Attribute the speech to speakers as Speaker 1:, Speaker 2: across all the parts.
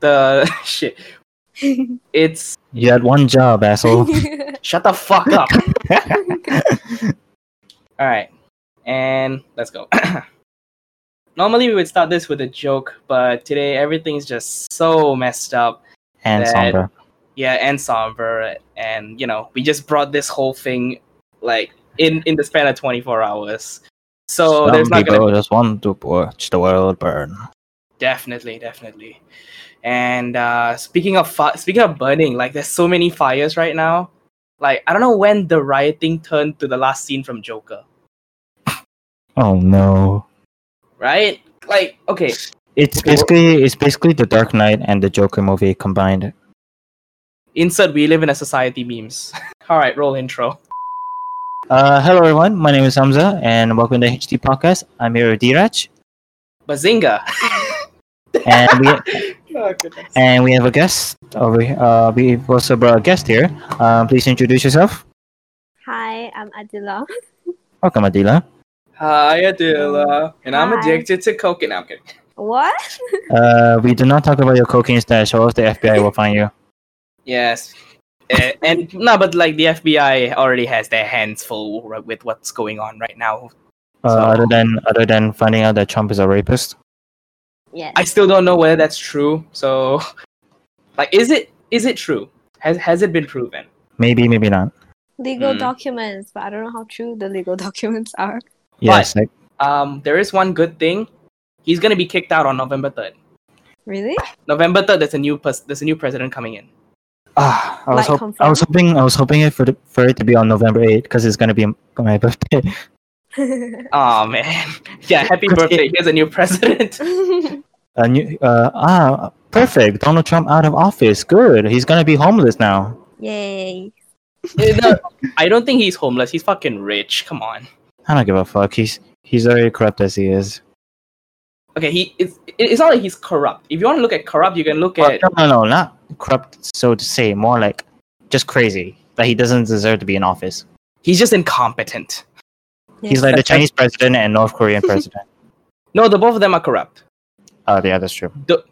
Speaker 1: the shit. It's
Speaker 2: You had one job, asshole.
Speaker 1: shut the fuck up. All right, and let's go. Normally we would start this with a joke, but today everything's just so messed up.
Speaker 2: and
Speaker 1: That-
Speaker 2: somber.
Speaker 1: Yeah, and somber, and you know we just brought this whole thing like in in the span of 24 hours. So
Speaker 2: Some
Speaker 1: there's not
Speaker 2: people
Speaker 1: gonna
Speaker 2: just want to watch the world burn.
Speaker 1: definitely definitely. And uh, speaking of fi- speaking of burning, like there's so many fires right now. Like I don't know when the rioting turned to the last scene from Joker,
Speaker 2: Oh no!
Speaker 1: right? Like okay,
Speaker 2: It's
Speaker 1: Okay, wha-
Speaker 2: basically it's basically the Dark Knight and the Joker movie combined.
Speaker 1: insert we live in a society memes. All right, roll intro.
Speaker 2: Uh, hello everyone. My name is Hamza, and welcome to HD Podcast. I'm here with Diraj,
Speaker 1: Bazinga.
Speaker 2: and we
Speaker 1: Oh, goodness.
Speaker 2: and we have a guest over. he- Uh, we've also brought a guest here. Um, please introduce yourself.
Speaker 3: Hi, I'm Adila.
Speaker 2: Welcome, Adila.
Speaker 1: Hi, Adila. And I'm
Speaker 3: Hi.
Speaker 1: addicted to coke. And I'm kidding.
Speaker 3: What?
Speaker 2: Uh, we do not talk about your cocaine stash, or else the FBI will find you.
Speaker 1: Yes. Eh, and no, but like the FBI already has their hands full ri- with what's going on right now.
Speaker 2: Uh,
Speaker 1: So-
Speaker 2: Other than other than finding out that Trump is a rapist.
Speaker 3: Yes.
Speaker 1: I still don't know whether that's true. So, like, is it is it true? Has has it been proven?
Speaker 2: Maybe, maybe not.
Speaker 3: legal
Speaker 1: Mm.
Speaker 3: documents, but I don't know how true the legal documents are.
Speaker 2: Yes, like,
Speaker 1: Um, there is one good thing. He's gonna be kicked out on November third.
Speaker 3: Really?
Speaker 1: November third, there's a new pers- there's a new president coming in.
Speaker 2: ah, I
Speaker 3: Like
Speaker 2: was hop- I was hoping I was hoping it for the, for it to be on November eighth because it's gonna be m- my birthday.
Speaker 1: Oh man, yeah, happy birthday! Here's a new president.
Speaker 2: A new uh ah perfect Donald Trump out of office. Good, he's gonna be homeless now.
Speaker 3: Yay.
Speaker 1: No, I don't think he's homeless. He's fucking rich. Come on.
Speaker 2: I don't give a fuck. He's he's already corrupt as he is.
Speaker 1: Okay, he it's it's not like he's corrupt. If you want to look at corrupt, you can look
Speaker 2: Well,
Speaker 1: at
Speaker 2: no, no, no, not corrupt so to say. More like just crazy. Like he doesn't deserve to be in office.
Speaker 1: he's just incompetent.
Speaker 2: He's like the Chinese president and North Korean president.
Speaker 1: No, the both of them are corrupt.
Speaker 2: Oh yeah, that's true.
Speaker 1: The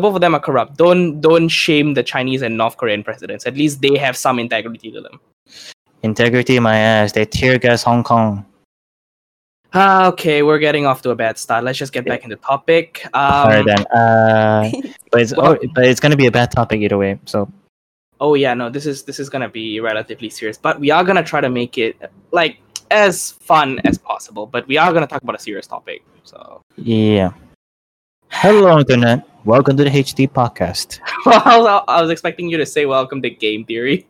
Speaker 1: both of them are corrupt. Don't don't shame the Chinese and North Korean presidents. At least they have some integrity to them.
Speaker 2: Integrity, my ass. They tear gas Hong Kong.
Speaker 1: Ah, okay, we're getting off to a bad start. Let's just get back into topic.
Speaker 2: Sorry
Speaker 1: Um,
Speaker 2: then. Uh, but it's
Speaker 1: well-
Speaker 2: oh, but it's gonna be a bad topic either way. So
Speaker 1: oh yeah, no, this is this is gonna be relatively serious, but we are gonna try to make it like as fun as possible. But we are gonna talk about a serious topic. So
Speaker 2: yeah. Hello, internet. Welcome to the HD podcast.
Speaker 1: Well, I was, I was expecting you to say welcome to game theory.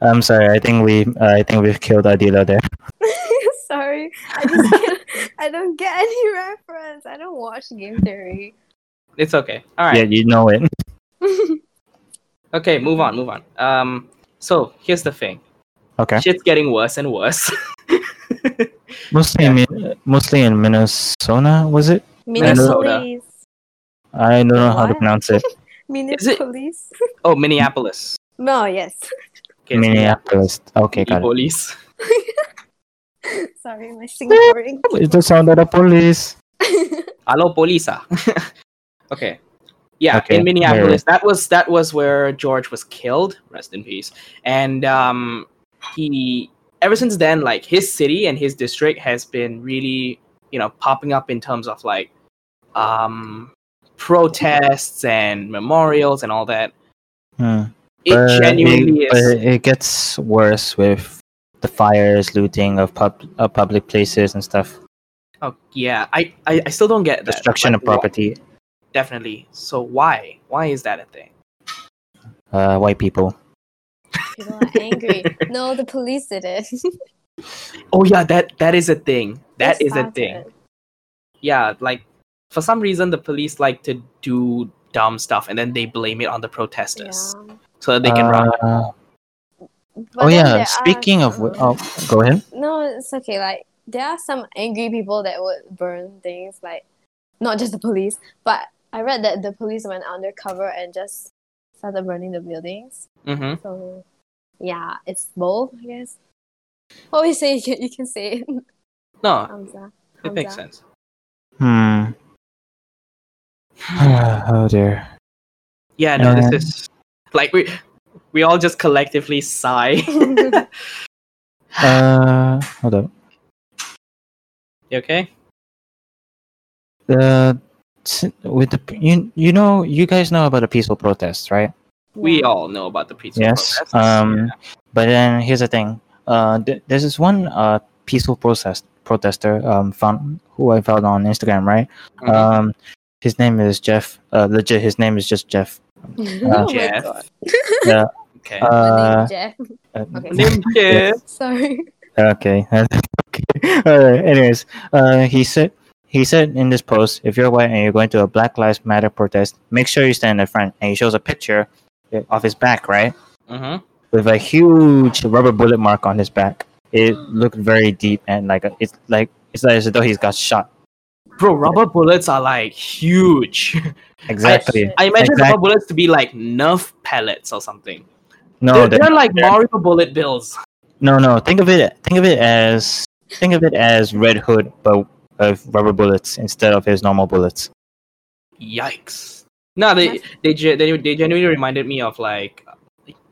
Speaker 2: I'm sorry. I think we uh, I think we've killed Adila there.
Speaker 3: Sorry. I just can't, I don't get any reference. I don't watch game theory.
Speaker 1: It's okay. All right.
Speaker 2: Yeah, you know it.
Speaker 1: Okay, move on, move on. Um so, here's the thing.
Speaker 2: Okay.
Speaker 1: Shit's getting worse and worse.
Speaker 2: Mostly in Min- mostly in Minnesota, was it?
Speaker 1: Minnesota.
Speaker 3: Minneapolis.
Speaker 2: I don't know how to
Speaker 3: What?
Speaker 2: pronounce it.
Speaker 3: Minneapolis.
Speaker 1: oh, Minneapolis.
Speaker 3: No, yes.
Speaker 1: Okay, it's
Speaker 2: Minneapolis. Okay, got it.
Speaker 1: Minneapolis.
Speaker 3: Sorry, my Singaporean.
Speaker 2: It's the sound of the police.
Speaker 1: Hello, polisa. ah. okay. Yeah,
Speaker 2: Okay,
Speaker 1: in Minneapolis. That was that was where George was killed. Rest in peace. And um, he ever since then, like his city and his district has been really, you know, popping up in terms of like um protests and memorials and all that.
Speaker 2: Hmm.
Speaker 1: It
Speaker 2: But
Speaker 1: genuinely
Speaker 2: it,
Speaker 1: is.
Speaker 2: But it gets worse with the fires, looting of pub of public places and stuff,
Speaker 1: Oh, yeah, I, I I still don't get that.
Speaker 2: destruction
Speaker 1: Like,
Speaker 2: of property.
Speaker 1: wh- Definitely. So why why is that a thing?
Speaker 2: Uh, white people.
Speaker 3: People are angry. No, the police did it.
Speaker 1: Oh yeah, that that is a thing. That
Speaker 3: They
Speaker 1: is a
Speaker 3: started
Speaker 1: thing.
Speaker 3: it.
Speaker 1: yeah, like for some reason the police like to do dumb stuff and then they blame it on the protesters
Speaker 3: Yeah.
Speaker 1: so that they can run.
Speaker 2: Uh,
Speaker 3: But
Speaker 2: oh
Speaker 3: then there
Speaker 2: yeah.
Speaker 3: are
Speaker 2: Speaking of, whi-
Speaker 3: some-
Speaker 2: oh, go ahead.
Speaker 3: No, it's okay. Like there are some angry people that would burn things, like not just the police, but I read that the police went undercover and just started burning the buildings.
Speaker 1: hmm
Speaker 3: So yeah, it's both, I guess. What we say, you can, you can say it.
Speaker 1: No,
Speaker 3: Hamza.
Speaker 1: it makes
Speaker 3: Hamza.
Speaker 1: sense.
Speaker 2: Hmm. oh dear.
Speaker 1: Yeah, no,
Speaker 2: And-
Speaker 1: this is like we we all just collectively sigh. you
Speaker 2: Uh, hold up.
Speaker 1: okay?
Speaker 2: Uh, s- with the you, you know you guys know about the peaceful protests, right?
Speaker 1: We all know about the pizza.
Speaker 2: yes.
Speaker 1: protests.
Speaker 2: Um, but then here's the thing. Uh, th- there's this one uh peaceful protest protester um found who I found on Instagram, right?
Speaker 1: Mhm.
Speaker 2: Um, his name is Jeff. Uh, legit, his name is just Jeff.
Speaker 3: oh my
Speaker 1: Jeff.
Speaker 3: god.
Speaker 1: Mm-hmm. okay.
Speaker 3: My name's
Speaker 2: Uh,
Speaker 3: Jeff.
Speaker 2: uh,
Speaker 3: Okay.
Speaker 1: Name Jeff.
Speaker 3: Sorry.
Speaker 2: Okay. okay. Uh, anyways, uh, he said he said in this post, if you're white and you're going to a Black Lives Matter protest, make sure you stand in front. And he shows a picture of his back, right,
Speaker 1: Mhm.
Speaker 2: with a huge rubber bullet mark on his back. It looked very deep and like a- it's like it's like as though he's got shot.
Speaker 1: Bro, rubber bullets are like huge.
Speaker 2: Exactly.
Speaker 1: I imagine
Speaker 2: Exact-
Speaker 1: rubber bullets to be like Nerf pellets or something.
Speaker 2: no,
Speaker 1: they're,
Speaker 2: they're-
Speaker 1: they're like
Speaker 2: they're-
Speaker 1: Mario bullet bills.
Speaker 2: no, no. Think of it. Think of it as think of it as Red Hood, but of rubber bullets instead of his normal bullets.
Speaker 1: Yikes! No, they they ge- they they genuinely reminded me of like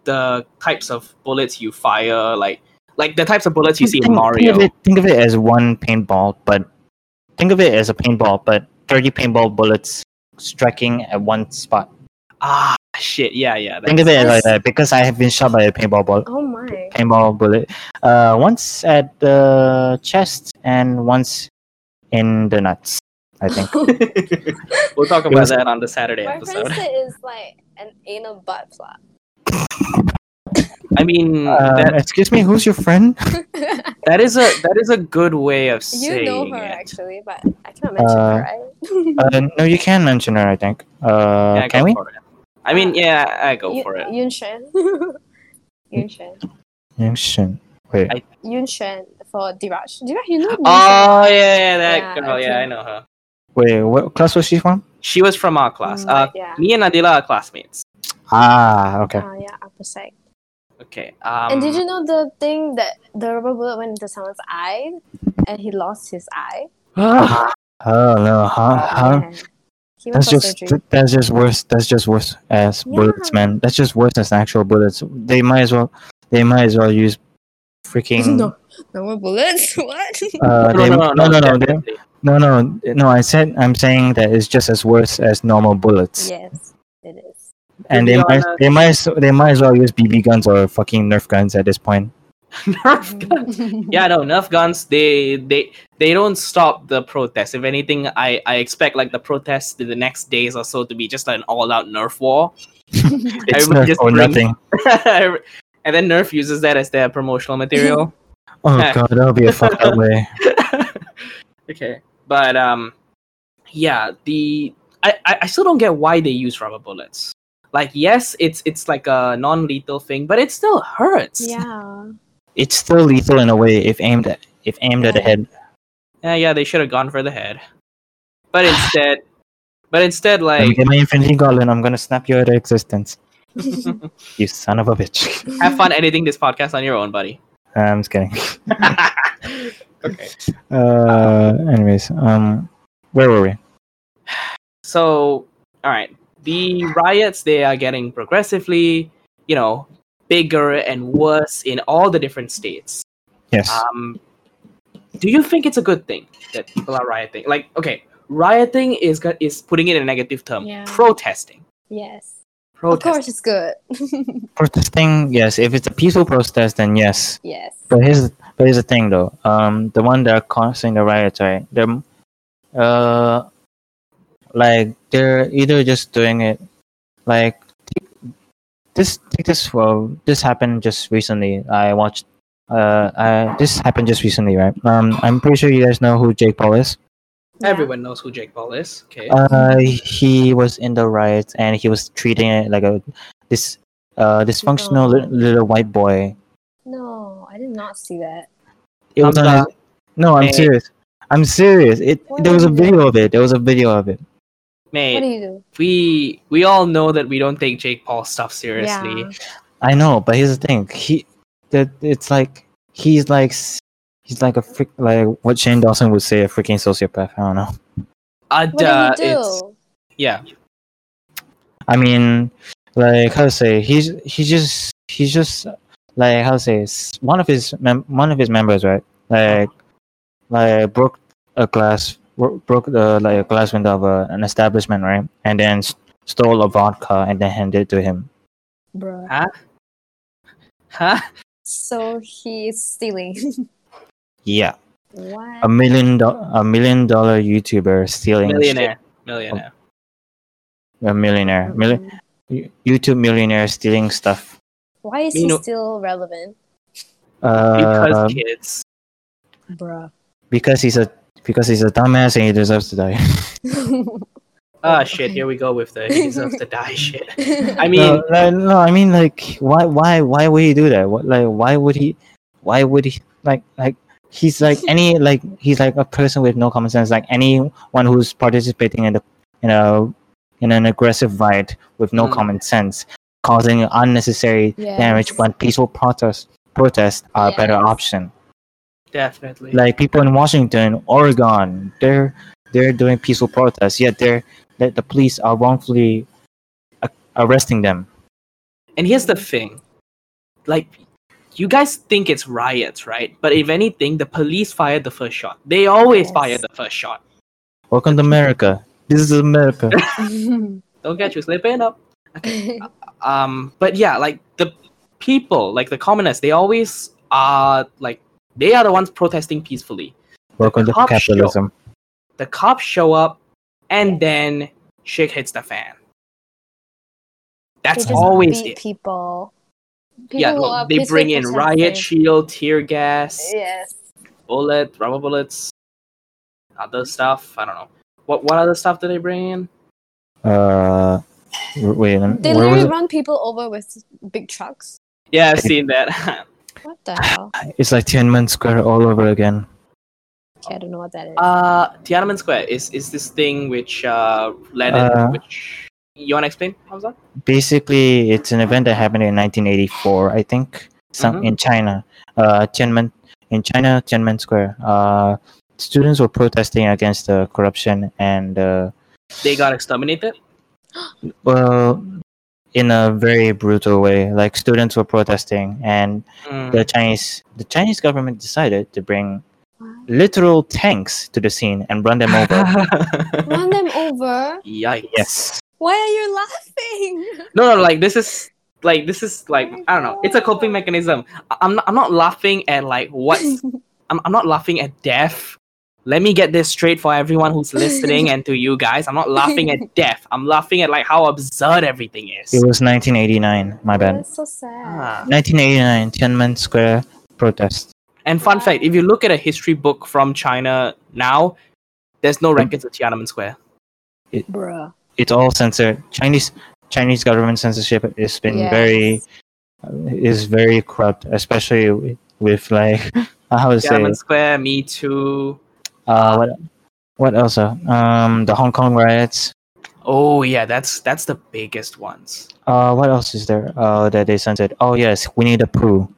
Speaker 1: the types of bullets you fire, like like the types of bullets you see in
Speaker 2: think,
Speaker 1: Mario.
Speaker 2: Think of, it, think of it as one paintball, but think of it as a paintball, but 30 paintball bullets striking at one spot.
Speaker 1: Ah, shit! Yeah, yeah.
Speaker 2: Think of it like
Speaker 3: Yes.
Speaker 2: that because I have been shot by a paintball bullet.
Speaker 3: Oh my.
Speaker 2: Paintball bullet, uh, once at the chest and once in the nuts. I think.
Speaker 1: that's- we'll talk
Speaker 2: It
Speaker 1: about
Speaker 2: was-
Speaker 1: that on the Saturday
Speaker 3: My friend
Speaker 1: episode.
Speaker 3: said it's like an anal butt plug.
Speaker 1: I mean,
Speaker 2: Uh,
Speaker 1: Hmm, that,
Speaker 2: excuse me, who's your friend?
Speaker 1: that is a that is a good way of
Speaker 3: you
Speaker 1: saying
Speaker 3: know her
Speaker 1: it.
Speaker 3: actually, but I cannot mention
Speaker 2: Uh,
Speaker 3: her, right?
Speaker 2: Uh, no, you can mention her. I think. Uh,
Speaker 1: Yeah,
Speaker 2: can
Speaker 1: go
Speaker 2: we?
Speaker 1: for it. I
Speaker 3: Uh,
Speaker 1: mean, yeah, I go
Speaker 3: Yun-
Speaker 1: for it.
Speaker 3: Yun Xuan. Yun Xuan.
Speaker 2: Mention. Wait.
Speaker 1: I-
Speaker 3: Yun Xuan for Diraj. Diraj, you know Yun
Speaker 2: Uh,
Speaker 1: Oh
Speaker 3: Xuan?
Speaker 1: yeah, yeah that
Speaker 3: Yeah,
Speaker 1: girl. Yeah,
Speaker 3: okay.
Speaker 1: I know her.
Speaker 2: Wait. What class was she from?
Speaker 1: She was from our class.
Speaker 3: Mm,
Speaker 1: Uh,
Speaker 3: yeah.
Speaker 1: me and Adila are classmates.
Speaker 2: Ah. Okay.
Speaker 3: Ah, yeah, upper sec.
Speaker 1: Okay. Um,
Speaker 3: and did you know the thing that the rubber bullet went into someone's eye and he lost his eye?
Speaker 1: ah,
Speaker 2: Oh no.
Speaker 1: Uh,
Speaker 2: Huh? Huh?
Speaker 3: Yeah. He went
Speaker 2: Uh-huh. That's
Speaker 3: for
Speaker 2: just
Speaker 3: surgery.
Speaker 2: that's just worse. That's just worse as bullets,
Speaker 3: Yeah.
Speaker 2: man. That's just worse as actual bullets. They might as well. They might as well use freaking.
Speaker 3: No, no more bullets. What?
Speaker 1: No,
Speaker 2: Uh, they-
Speaker 1: no, no, no,
Speaker 2: no, they-
Speaker 1: definitely.
Speaker 2: no, no, no. I said I'm saying that it's just as worse as normal bullets,
Speaker 3: yes, it is.
Speaker 1: To
Speaker 2: and they
Speaker 1: be
Speaker 2: might
Speaker 1: honest-
Speaker 2: they might as, they might as well use BB guns or fucking Nerf guns at this point. Oh,
Speaker 1: Nerf gun-
Speaker 3: Mm.
Speaker 1: Yeah, no, Nerf guns. They they they don't stop the protest. If anything, I I expect like the protests to the next days or so to be just an all out Nerf war.
Speaker 2: It's
Speaker 1: Everybody
Speaker 2: Nerf
Speaker 1: just
Speaker 2: or
Speaker 1: bring-
Speaker 2: nothing.
Speaker 1: and then Nerf uses that as their promotional material.
Speaker 2: Oh
Speaker 1: Yeah.
Speaker 2: god, that'll be a fucked up way.
Speaker 1: okay, but um, yeah, the I, I I still don't get why they use rubber bullets. Like yes, it's it's like a non lethal thing, but it still hurts.
Speaker 3: yeah.
Speaker 2: It's still lethal in a way if aimed at if aimed at the
Speaker 3: Yeah.
Speaker 2: head.
Speaker 1: Yeah, Eh, yeah, they should have gone for the head. But instead, but instead,
Speaker 2: Let me
Speaker 1: like,
Speaker 2: get my infinity gauntlet. I'm gonna snap you out of existence. You son of a bitch.
Speaker 1: have fun editing this podcast on your own, buddy.
Speaker 2: Uh, I'm just kidding.
Speaker 1: okay.
Speaker 2: Uh, anyways, um, where were we?
Speaker 1: So, all right, the riots they are getting progressively, you know, bigger and worse in all the different states.
Speaker 2: Yes.
Speaker 1: Um, do you think it's a good thing that people are rioting? Like, okay, rioting is go- is putting it in a negative term.
Speaker 3: Yeah.
Speaker 1: Protesting.
Speaker 3: Yes. Of
Speaker 1: Protesting.
Speaker 3: course, it's good.
Speaker 2: Protesting, yes. If it's a peaceful protest, then yes.
Speaker 3: yes.
Speaker 2: But here's but here's the thing though. Um, the one that are causing the riots, right? Them, uh, like they're either just doing it, like take- this. Take this for this happened just recently. I watched. Uh, I, this happened just recently, right? Um, I'm pretty sure you guys know who Jake Paul is.
Speaker 3: Yeah.
Speaker 1: Everyone knows who Jake Paul is. Okay.
Speaker 2: Uh, he was in the riots and he was treating it like a this uh dysfunctional li-
Speaker 3: No.
Speaker 2: little white boy.
Speaker 3: No, I did not see that.
Speaker 2: It was on
Speaker 1: Hamza,
Speaker 2: his- no, I'm
Speaker 1: eh.
Speaker 2: serious. I'm serious. It
Speaker 3: What
Speaker 2: there was
Speaker 3: is
Speaker 2: a
Speaker 3: it?
Speaker 2: video of it. There was a video of it.
Speaker 1: mate.
Speaker 3: What do you do?
Speaker 1: we we all know that we don't take Jake Paul stuff seriously.
Speaker 3: Yeah.
Speaker 2: I know, but here's the thing. He that it's like he's like s- he's like a freak like what Shane Dawson would say a freaking sociopath. I don't know.
Speaker 1: Ada
Speaker 3: What did he
Speaker 1: is
Speaker 3: do?
Speaker 1: Uh, Yeah.
Speaker 2: I mean, like how to say he's he just he's just like how to say s- one of his mem- one of his members right like like broke a glass bro- broke the like a glass window of a, an establishment right and then s- stole a vodka and then handed it to him.
Speaker 3: Bruh.
Speaker 1: Huh?
Speaker 3: So he is stealing.
Speaker 2: Yeah,
Speaker 3: what?
Speaker 2: a million do- a million dollar YouTuber stealing
Speaker 1: Millionaire. Millionaire.
Speaker 2: a millionaire Mil-
Speaker 3: Mm.
Speaker 2: YouTube millionaire stealing stuff.
Speaker 3: Why is
Speaker 1: You
Speaker 3: he
Speaker 1: know-
Speaker 3: still relevant?
Speaker 2: Uh,
Speaker 1: because kids.
Speaker 3: Bruh.
Speaker 2: because he's a because he's a dumbass and he deserves to die.
Speaker 1: Ah, shit. Here we go with the he deserves to die shit. I mean,
Speaker 2: no, no, no, I mean like why why why would he do that? What like why would he why would he like like he's like any like he's like a person with no common sense like anyone who's participating in the in a in an aggressive riot with no
Speaker 1: Mm.
Speaker 2: common sense causing unnecessary damage
Speaker 3: Yes.
Speaker 2: when peaceful protests protests are a better
Speaker 3: Yes.
Speaker 2: option.
Speaker 1: definitely.
Speaker 2: like people in Washington, Oregon, they're they're doing peaceful protests, yet they're that the police are wrongfully a- arresting them.
Speaker 1: And here's the thing like, you guys think it's riots, right? But if anything, the police fired the first shot. They always
Speaker 3: Yes.
Speaker 1: fire the first shot.
Speaker 2: Welcome to America. This is America.
Speaker 1: Don't catch you slipping up. Um, but yeah, like the people, like the commoners, they always are like they are the ones protesting peacefully.
Speaker 2: Welcome to
Speaker 1: Cop show.
Speaker 2: capitalism.
Speaker 1: The cops show up, and then shit hits the fan.
Speaker 3: They
Speaker 1: That's
Speaker 3: just
Speaker 1: always
Speaker 3: beat
Speaker 1: it.
Speaker 3: people. people
Speaker 1: yeah,
Speaker 3: who
Speaker 1: no,
Speaker 3: are
Speaker 1: they
Speaker 3: peaceful
Speaker 1: bring in
Speaker 3: protesting.
Speaker 1: riot shield, tear gas,
Speaker 3: Yes.
Speaker 1: bullet, rubber bullets, other stuff. I don't know. What what other stuff do they bring in?
Speaker 2: Uh, w- wait, lem-
Speaker 3: They
Speaker 2: where was
Speaker 3: literally
Speaker 2: it?
Speaker 3: run people over with big trucks.
Speaker 1: Yeah, I've seen that.
Speaker 3: What the hell?
Speaker 2: It's like Tiananmen Square all over again.
Speaker 3: Okay, I don't know what that is.
Speaker 1: uh, Tiananmen Square is is this thing which uh Lenin,
Speaker 2: Uh.
Speaker 1: which you wanna explain, Hamza?
Speaker 2: Basically, it's an event that happened in 1984, I think, some
Speaker 1: Mhm.
Speaker 2: in China. Uh, Tiananmen in China, Tiananmen Square. Uh, students were protesting against the corruption and uh,
Speaker 1: They got exterminated.
Speaker 2: Well, in a very brutal way. Like students were protesting, and
Speaker 1: Mm.
Speaker 2: the Chinese the Chinese government decided to bring
Speaker 3: Wow.
Speaker 2: literal tanks to the scene and run them over.
Speaker 3: Run them over?
Speaker 1: Yikes.
Speaker 2: yes,
Speaker 3: Why are you laughing?
Speaker 1: No, no, like this is like this is like I don't know. It's a coping mechanism. I- I'm not, I'm not laughing at like what's I'm, I'm not laughing at death. Let me get this straight for everyone who's listening and to you guys. I'm not laughing at death. I'm laughing at like how absurd everything
Speaker 2: it
Speaker 1: is.
Speaker 2: was 1989. My bad.
Speaker 3: That's so sad.
Speaker 1: Ah.
Speaker 2: 1989 Tiananmen Square protest.
Speaker 1: And fun fact, if you look at a history book from China now, there's no records of Tiananmen Square.
Speaker 3: Bruh.
Speaker 2: It's all censored. Chinese Chinese government censorship has been very is very corrupt, especially with, with like how to say
Speaker 1: Tiananmen Square, Me Too.
Speaker 2: uh, what what else? uh, Um, the Hong Kong riots.
Speaker 1: Oh yeah, that's that's the biggest ones.
Speaker 2: Uh, what else is there? Uh, that they censored. Oh yes, Winnie the Pooh.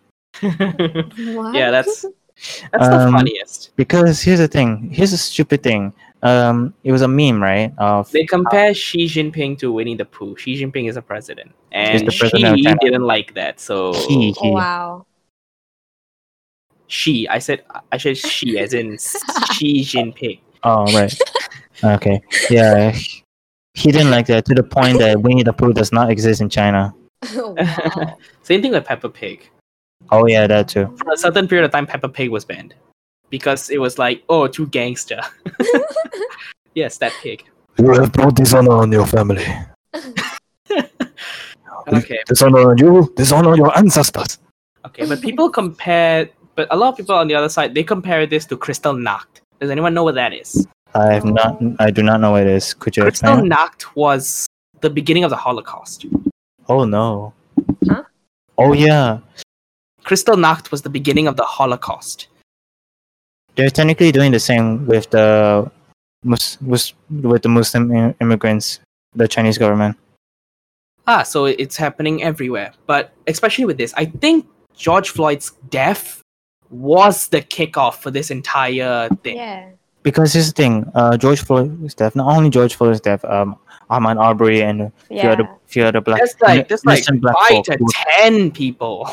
Speaker 1: that's
Speaker 3: What?
Speaker 1: Yeah, that's- the
Speaker 2: Um,
Speaker 1: funniest.
Speaker 2: Because here's the thing. Here's a stupid thing. Um, it was a meme, right? Of
Speaker 1: They compare
Speaker 2: Um,
Speaker 1: Xi Jinping to Winnie the Pooh. Xi Jinping is a president, and
Speaker 2: the
Speaker 1: she
Speaker 2: president of China.
Speaker 1: didn't like that. So
Speaker 2: he, he.
Speaker 3: Oh, wow.
Speaker 1: she, I said, I said she, as in Xi Jinping.
Speaker 2: Oh right. okay. Yeah. he- He didn't like that to the point that Winnie the Pooh does not exist in China.
Speaker 3: wow.
Speaker 1: Same thing with Peppa Pig.
Speaker 2: Oh yeah, that too.
Speaker 1: For a certain period of time, Peppa Pig was banned because it was like, oh, too gangster. yes, that pig.
Speaker 2: You have brought dishonor on your family.
Speaker 1: Okay,
Speaker 2: Dishonor on you. Dishonor on your ancestors.
Speaker 1: okay, but people compare, but a lot of people on the other side they compare this to Kristallnacht. Does anyone know what that is?
Speaker 2: I have not. I do not know what it is. Could you explain? it?
Speaker 1: Kristallnacht was the beginning of the Holocaust.
Speaker 2: Oh no.
Speaker 3: Huh?
Speaker 2: Oh yeah.
Speaker 1: Kristallnacht was the beginning of the Holocaust.
Speaker 2: they're technically doing the same with the Mus- Mus- with the Muslim im- immigrants, the Chinese government.
Speaker 1: Ah, so it- it's happening everywhere. But especially with this, I think George Floyd's death was the kickoff for this entire thing.
Speaker 3: yeah.
Speaker 2: Because here's the thing, uh, George Floyd's death, not only George Floyd's death, um, Armand Arbery and a few
Speaker 3: Yeah.
Speaker 2: other few other black.
Speaker 1: That's like that's like
Speaker 2: innocent black
Speaker 1: five
Speaker 2: folk
Speaker 1: to
Speaker 2: who-
Speaker 1: ten people.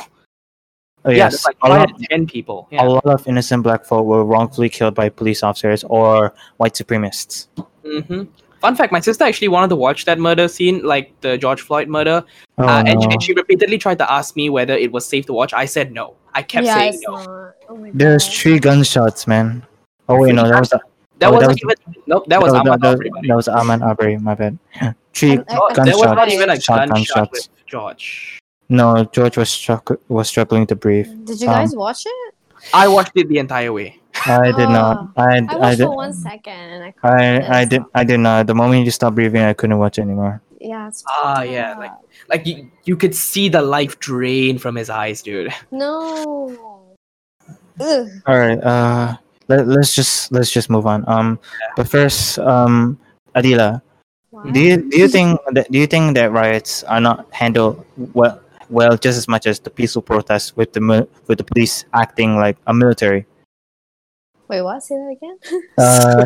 Speaker 2: oh,
Speaker 1: Yeah, that's
Speaker 2: yes,
Speaker 1: like
Speaker 2: a
Speaker 1: five
Speaker 2: lot,
Speaker 1: to ten people.
Speaker 2: a
Speaker 1: Yeah.
Speaker 2: lot of innocent black folk were wrongfully killed by police officers or white supremacists.
Speaker 1: hmm Fun fact: My sister actually wanted to watch that murder scene, like the George Floyd murder,
Speaker 2: Oh,
Speaker 1: uh, and, she,
Speaker 2: no.
Speaker 1: and she repeatedly tried to ask me whether it was safe to watch. I said no. I kept
Speaker 3: yeah,
Speaker 1: saying
Speaker 3: it's
Speaker 1: no.
Speaker 3: not. Oh my
Speaker 2: Uh, There's
Speaker 3: God.
Speaker 2: three gunshots, man. Oh wait, no, that was that,
Speaker 1: That
Speaker 2: Oh, that
Speaker 1: wasn't even nope. That was
Speaker 2: was, that,
Speaker 1: Ahmad
Speaker 2: that,
Speaker 1: Aubrey, buddy.
Speaker 2: that was Armand Arbery. My bad. Three.
Speaker 3: I'm- I- I-
Speaker 1: That was not
Speaker 2: gunshots.
Speaker 1: even a
Speaker 2: Shot
Speaker 1: gunshot
Speaker 2: gunshots.
Speaker 1: with George.
Speaker 2: No, George was struck was struggling to breathe.
Speaker 3: Did you
Speaker 2: Um,
Speaker 3: guys watch it?
Speaker 1: I watched it the entire way.
Speaker 2: I did not.
Speaker 3: I
Speaker 2: I I
Speaker 3: watched
Speaker 2: did.
Speaker 3: for one second. And I, couldn't-
Speaker 2: I, I did I did not. The moment you stopped breathing, I couldn't watch anymore.
Speaker 3: Yeah. It's
Speaker 1: Ah,
Speaker 3: fucked
Speaker 1: yeah, like-
Speaker 3: up.
Speaker 1: Like you, you could see the life drain from his eyes, dude.
Speaker 3: no. Ugh.
Speaker 2: All right. Uh, let, let's just let's just move on. Um, but first, um, Adila,
Speaker 3: Wow.
Speaker 2: do you do you think that do you think that riots are not handled well well just as much as the peaceful protests with the mil- with the police acting like a military?
Speaker 3: Wait, what? Say that again.
Speaker 2: Uh,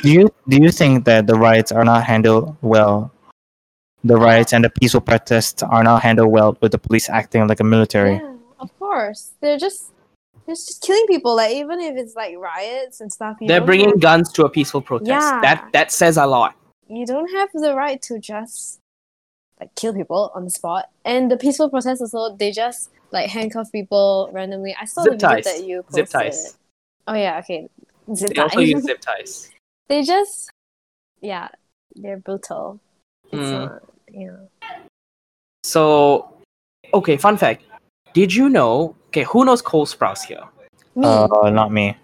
Speaker 2: do you do you think that the riots are not handled well? The riots and the peaceful protests are not handled well with the police acting like a military.
Speaker 3: Yeah, of course. They're just they're just killing people. Like even if it's like riots and stuff, you
Speaker 1: They're
Speaker 3: don't
Speaker 1: bringing
Speaker 3: have-
Speaker 1: guns to a peaceful protest.
Speaker 3: Yeah.
Speaker 1: That that says a lot.
Speaker 3: you don't have the right to just like kill people on the spot. And the peaceful protest also, they just like handcuff people randomly. I saw
Speaker 1: Zip
Speaker 3: the video
Speaker 1: ties.
Speaker 3: that you posted.
Speaker 1: Zip ties.
Speaker 3: Oh yeah, okay. Zip
Speaker 1: They also
Speaker 3: ties.
Speaker 1: use zip ties.
Speaker 3: they just yeah, they're brutal. It's
Speaker 1: Mm.
Speaker 3: not you know.
Speaker 1: So, okay, fun fact. Did you know? Okay, who knows Cole Sprouse here?
Speaker 3: Me.
Speaker 2: Uh, not me.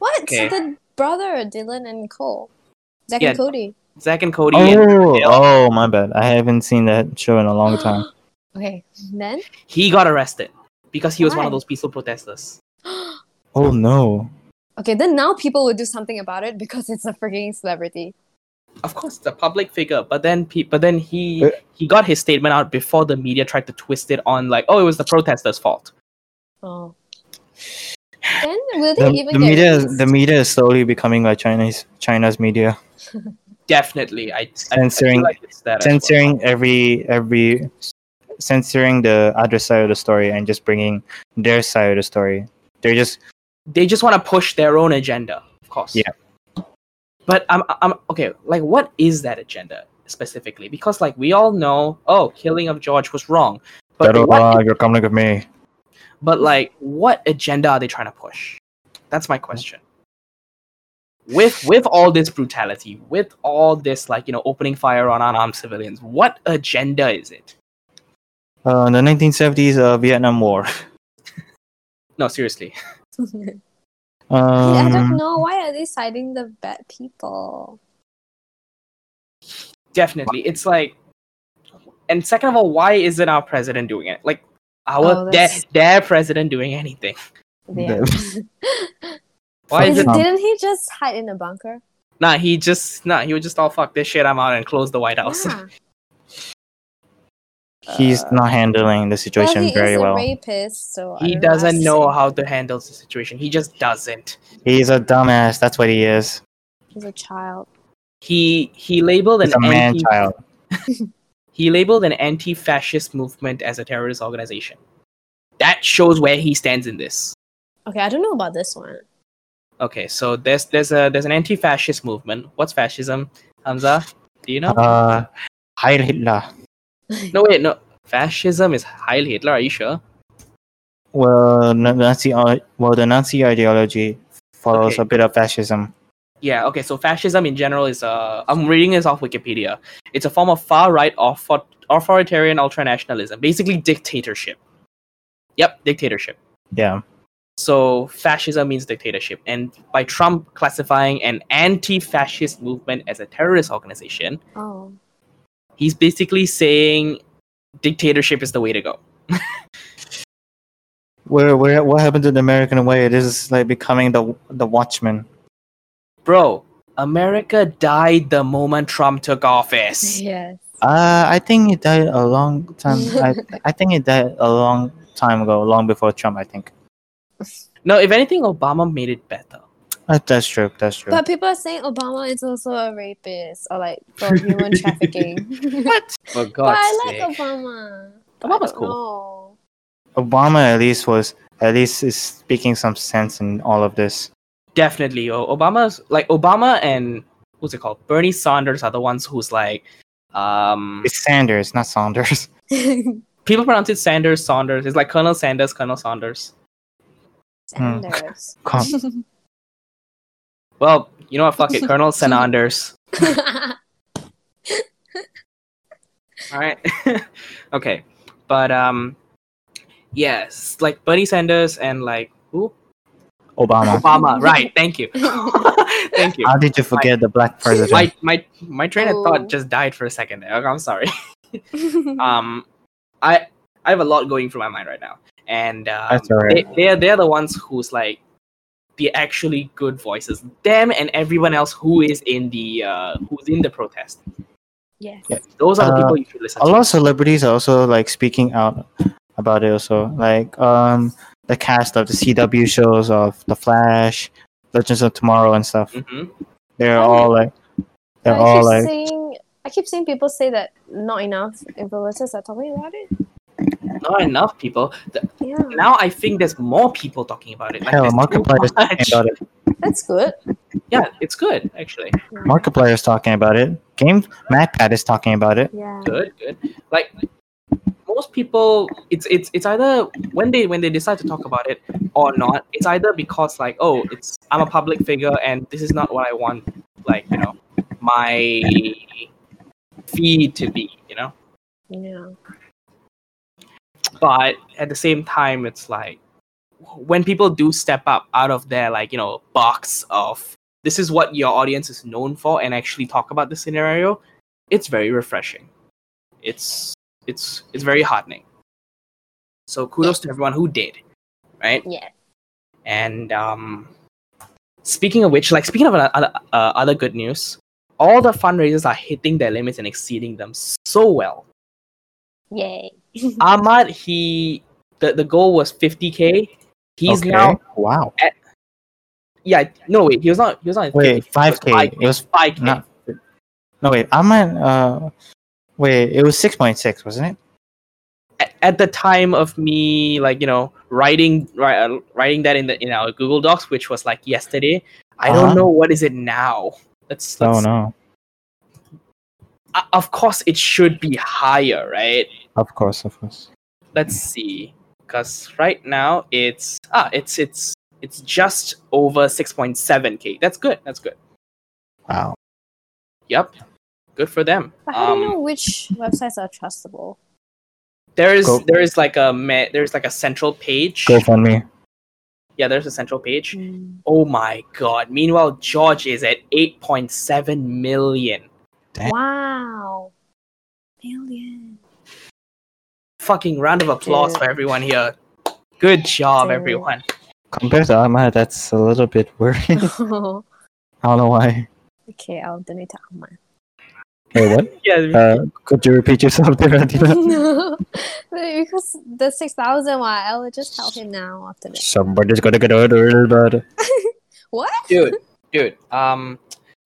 Speaker 3: what?
Speaker 1: okay.
Speaker 3: The brother, Dylan and Cole. Zach
Speaker 1: Yeah.
Speaker 3: and Cody.
Speaker 1: Zach and Cody. and
Speaker 2: Oh,
Speaker 1: Dale.
Speaker 2: oh, my bad. I haven't seen that show in a long time.
Speaker 3: okay. Then
Speaker 1: he got arrested because he was one
Speaker 3: Why?
Speaker 1: of those peaceful protesters.
Speaker 2: Oh no.
Speaker 3: Okay, then now people will do something about it because it's a freaking celebrity.
Speaker 1: Of course, the public figure, but then pe- but then he
Speaker 2: Uh,
Speaker 1: he got his statement out before the media tried to twist it on like, oh, it was the protesters' fault.
Speaker 3: Oh. Then will they
Speaker 2: The,
Speaker 3: even
Speaker 2: the
Speaker 3: get
Speaker 2: media,
Speaker 3: released?
Speaker 2: the media is slowly becoming like Chinese China's media,
Speaker 1: Definitely, I I- I feel
Speaker 2: Censoring-
Speaker 1: like it's that as well.
Speaker 2: censoring every every, censoring the other side of the story and just bringing their side of the story. They're just
Speaker 1: they just want to push their own agenda, of course.
Speaker 2: Yeah.
Speaker 1: But I'm I'm okay. Like, what is that agenda specifically? Because like we all know, oh, killing of George was wrong. But
Speaker 2: "Better
Speaker 1: what,
Speaker 2: alive, you're coming with me.
Speaker 1: but like, what agenda are they trying to push? That's my question. With with all this brutality, with all this like you know opening fire on unarmed civilians, what agenda is it?
Speaker 2: Uh, the 1970s uh, Vietnam War.
Speaker 1: No, seriously.
Speaker 2: Um,
Speaker 3: I don't know. Why are they citing the bad people?
Speaker 1: definitely it's like and second of all why isn't our president doing it like our
Speaker 3: Oh,
Speaker 1: their,
Speaker 3: that's-
Speaker 1: their president doing anything
Speaker 3: They
Speaker 2: The-
Speaker 3: are-
Speaker 1: why is
Speaker 3: Is-
Speaker 1: it
Speaker 2: Trump.
Speaker 3: didn't he just hide in a bunker?
Speaker 1: nah he just nah he was just all fuck this shit i'm out and close the white house
Speaker 3: Yeah.
Speaker 2: He's not handling the
Speaker 3: Uh, Well,
Speaker 2: situation
Speaker 3: he
Speaker 2: very
Speaker 3: is a
Speaker 2: well.
Speaker 3: rapist, so I
Speaker 1: he
Speaker 3: don't know what else
Speaker 1: doesn't
Speaker 3: to
Speaker 1: know
Speaker 3: say.
Speaker 1: how to handle the situation he just doesn't
Speaker 2: He's a dumbass. That's what he is.
Speaker 3: He's a child.
Speaker 1: he he labeled an
Speaker 2: He's a man
Speaker 1: anti,
Speaker 2: child.
Speaker 1: he labeled an anti-fascist movement as a terrorist organization that shows where he stands in this
Speaker 3: Okay, I don't know about this one.
Speaker 1: okay so there's there's a there's an anti-fascist movement what's fascism hamza do you know
Speaker 2: Uh, Heil Hitler.
Speaker 1: No, wait, no. Fascism is Heil Hitler. Are you sure?
Speaker 2: Well, na- Nazi. i- Well, the Nazi ideology follows
Speaker 1: Okay.
Speaker 2: a bit of fascism.
Speaker 1: Yeah. Okay. So fascism in general is uh, I'm reading this off Wikipedia. It's a form of far right author- authoritarian ultranationalism, basically dictatorship. Yep, dictatorship.
Speaker 2: Yeah.
Speaker 1: So fascism means dictatorship, and by Trump classifying an anti-fascist movement as a terrorist organization,
Speaker 3: Oh.
Speaker 1: he's basically saying dictatorship is the way to go.
Speaker 2: Where, where, what happened to the American way? This is like becoming the the Watchman.
Speaker 1: Bro, America died the moment Trump took office.
Speaker 3: Yes.
Speaker 2: Uh, I think it died a long time. I, I think it died a long time ago, long before Trump. I think.
Speaker 1: No, if anything, Obama made it better.
Speaker 2: Uh, that's true. That's true.
Speaker 3: But people are saying Obama is also a rapist or like for human trafficking.
Speaker 1: What? For God's
Speaker 3: but I like
Speaker 1: sake.
Speaker 3: Obama.
Speaker 1: Obama's
Speaker 3: I don't
Speaker 1: cool.
Speaker 3: know.
Speaker 2: Obama at least was at least is speaking some sense in all of this.
Speaker 1: Definitely. O- Obama's like Obama and what's it called? Bernie Sanders are the ones who's like um
Speaker 2: It's Sanders, not Saunders. Hmm.
Speaker 1: people pronounce it Sanders Saunders. It's like Colonel Sanders, Colonel Saunders.
Speaker 2: Hmm.
Speaker 3: Sanders.
Speaker 2: Come.
Speaker 1: Well, you know what? Fuck it, Colonel Sanders. All right. okay. But um yes, like Bernie Sanders and like who?
Speaker 2: Obama.
Speaker 1: Obama. right. Thank you. Thank you.
Speaker 2: How did you forget the black president?
Speaker 1: My my my train of
Speaker 3: Oh.
Speaker 1: thought just died for a second there. I'm sorry. um i i have a lot going through my mind right now and um,
Speaker 2: That's all right.
Speaker 1: they, they're they're the ones who's like the actually good voices them and everyone else who is in the uh who's in the protest
Speaker 3: yes.
Speaker 2: Yeah.
Speaker 1: those are the
Speaker 2: Uh,
Speaker 1: people you should listen
Speaker 2: a
Speaker 1: to
Speaker 2: lot of celebrities are also like speaking out about it also like um the cast of the cw shows of the flash legends of tomorrow and stuff
Speaker 1: Mhm.
Speaker 2: they're
Speaker 3: Oh,
Speaker 2: all like they're
Speaker 3: I
Speaker 2: all
Speaker 3: keep
Speaker 2: like
Speaker 3: seeing I keep seeing people say that not enough influencers are talking about it.
Speaker 1: not enough people Th-
Speaker 3: Yeah.
Speaker 1: now i think there's more people talking about it like,
Speaker 2: hell
Speaker 1: there's too
Speaker 2: markiplier's talking
Speaker 1: much.
Speaker 2: about it
Speaker 3: That's good.
Speaker 1: yeah it's good actually
Speaker 2: markiplier's talking about it game macpad is talking about it
Speaker 3: Yeah.
Speaker 1: good good like most people it's it's it's either when they when they decide to talk about it or not it's either because like oh it's i'm a public figure and this is not what i want like you know my feed to be you know
Speaker 3: Yeah.
Speaker 1: but at the same time it's like when people do step up out of their like you know box of this is what your audience is known for and actually talk about the scenario it's very refreshing it's it's it's very heartening so kudos to everyone who did right
Speaker 3: Yeah.
Speaker 1: and um speaking of which like speaking of ano- ano- uh, other good news all the fundraisers are hitting their limits and exceeding them so well
Speaker 3: Yay.
Speaker 1: Ahmad, he the, the goal was 50k. He's
Speaker 2: okay
Speaker 1: now
Speaker 2: wow
Speaker 1: yeah no wait he was not he was not at
Speaker 2: wait
Speaker 1: 50K, he was
Speaker 2: 5k it
Speaker 1: 5k.
Speaker 2: was not no wait i'm at uh wait it was 6.6 wasn't it
Speaker 1: At, at the time of me like you know writing ri- uh, writing that in the in our Google Docs which was like yesterday. I
Speaker 2: Uh-huh.
Speaker 1: don't know what is it now. Let's, let's
Speaker 2: oh no
Speaker 1: Uh, of course it should be higher, right?
Speaker 2: of course of course
Speaker 1: Let's
Speaker 2: Mm.
Speaker 1: see. Cuz right now it's ah it's it's it's just over 6.7k. That's good. That's good.
Speaker 2: wow
Speaker 1: Yep. Good for them. Um,
Speaker 3: But how do you know which websites are trustable?
Speaker 1: there is
Speaker 2: Go-
Speaker 1: there is like a ma- there's like a central page.
Speaker 2: gofundme
Speaker 1: Yeah, there's a central page.
Speaker 2: Mm.
Speaker 1: Oh my god. Meanwhile, George is at 8.7 million.
Speaker 3: Wow. Million.
Speaker 1: Fucking round of applause for everyone here. Good job,
Speaker 3: Dude.
Speaker 1: everyone.
Speaker 2: Compared to Ahmad, that's a little bit worrying.
Speaker 3: okay,
Speaker 2: I don't know why.
Speaker 3: I'll donate to Ahmad.
Speaker 2: Wait, what?
Speaker 1: Yeah,
Speaker 2: Uh, could you repeat yourself there, Adina?
Speaker 3: No, because the 6,000 one, I'll just help him now after this.
Speaker 2: Somebody's gonna get ordered, but
Speaker 3: What?
Speaker 1: dude. Dude, um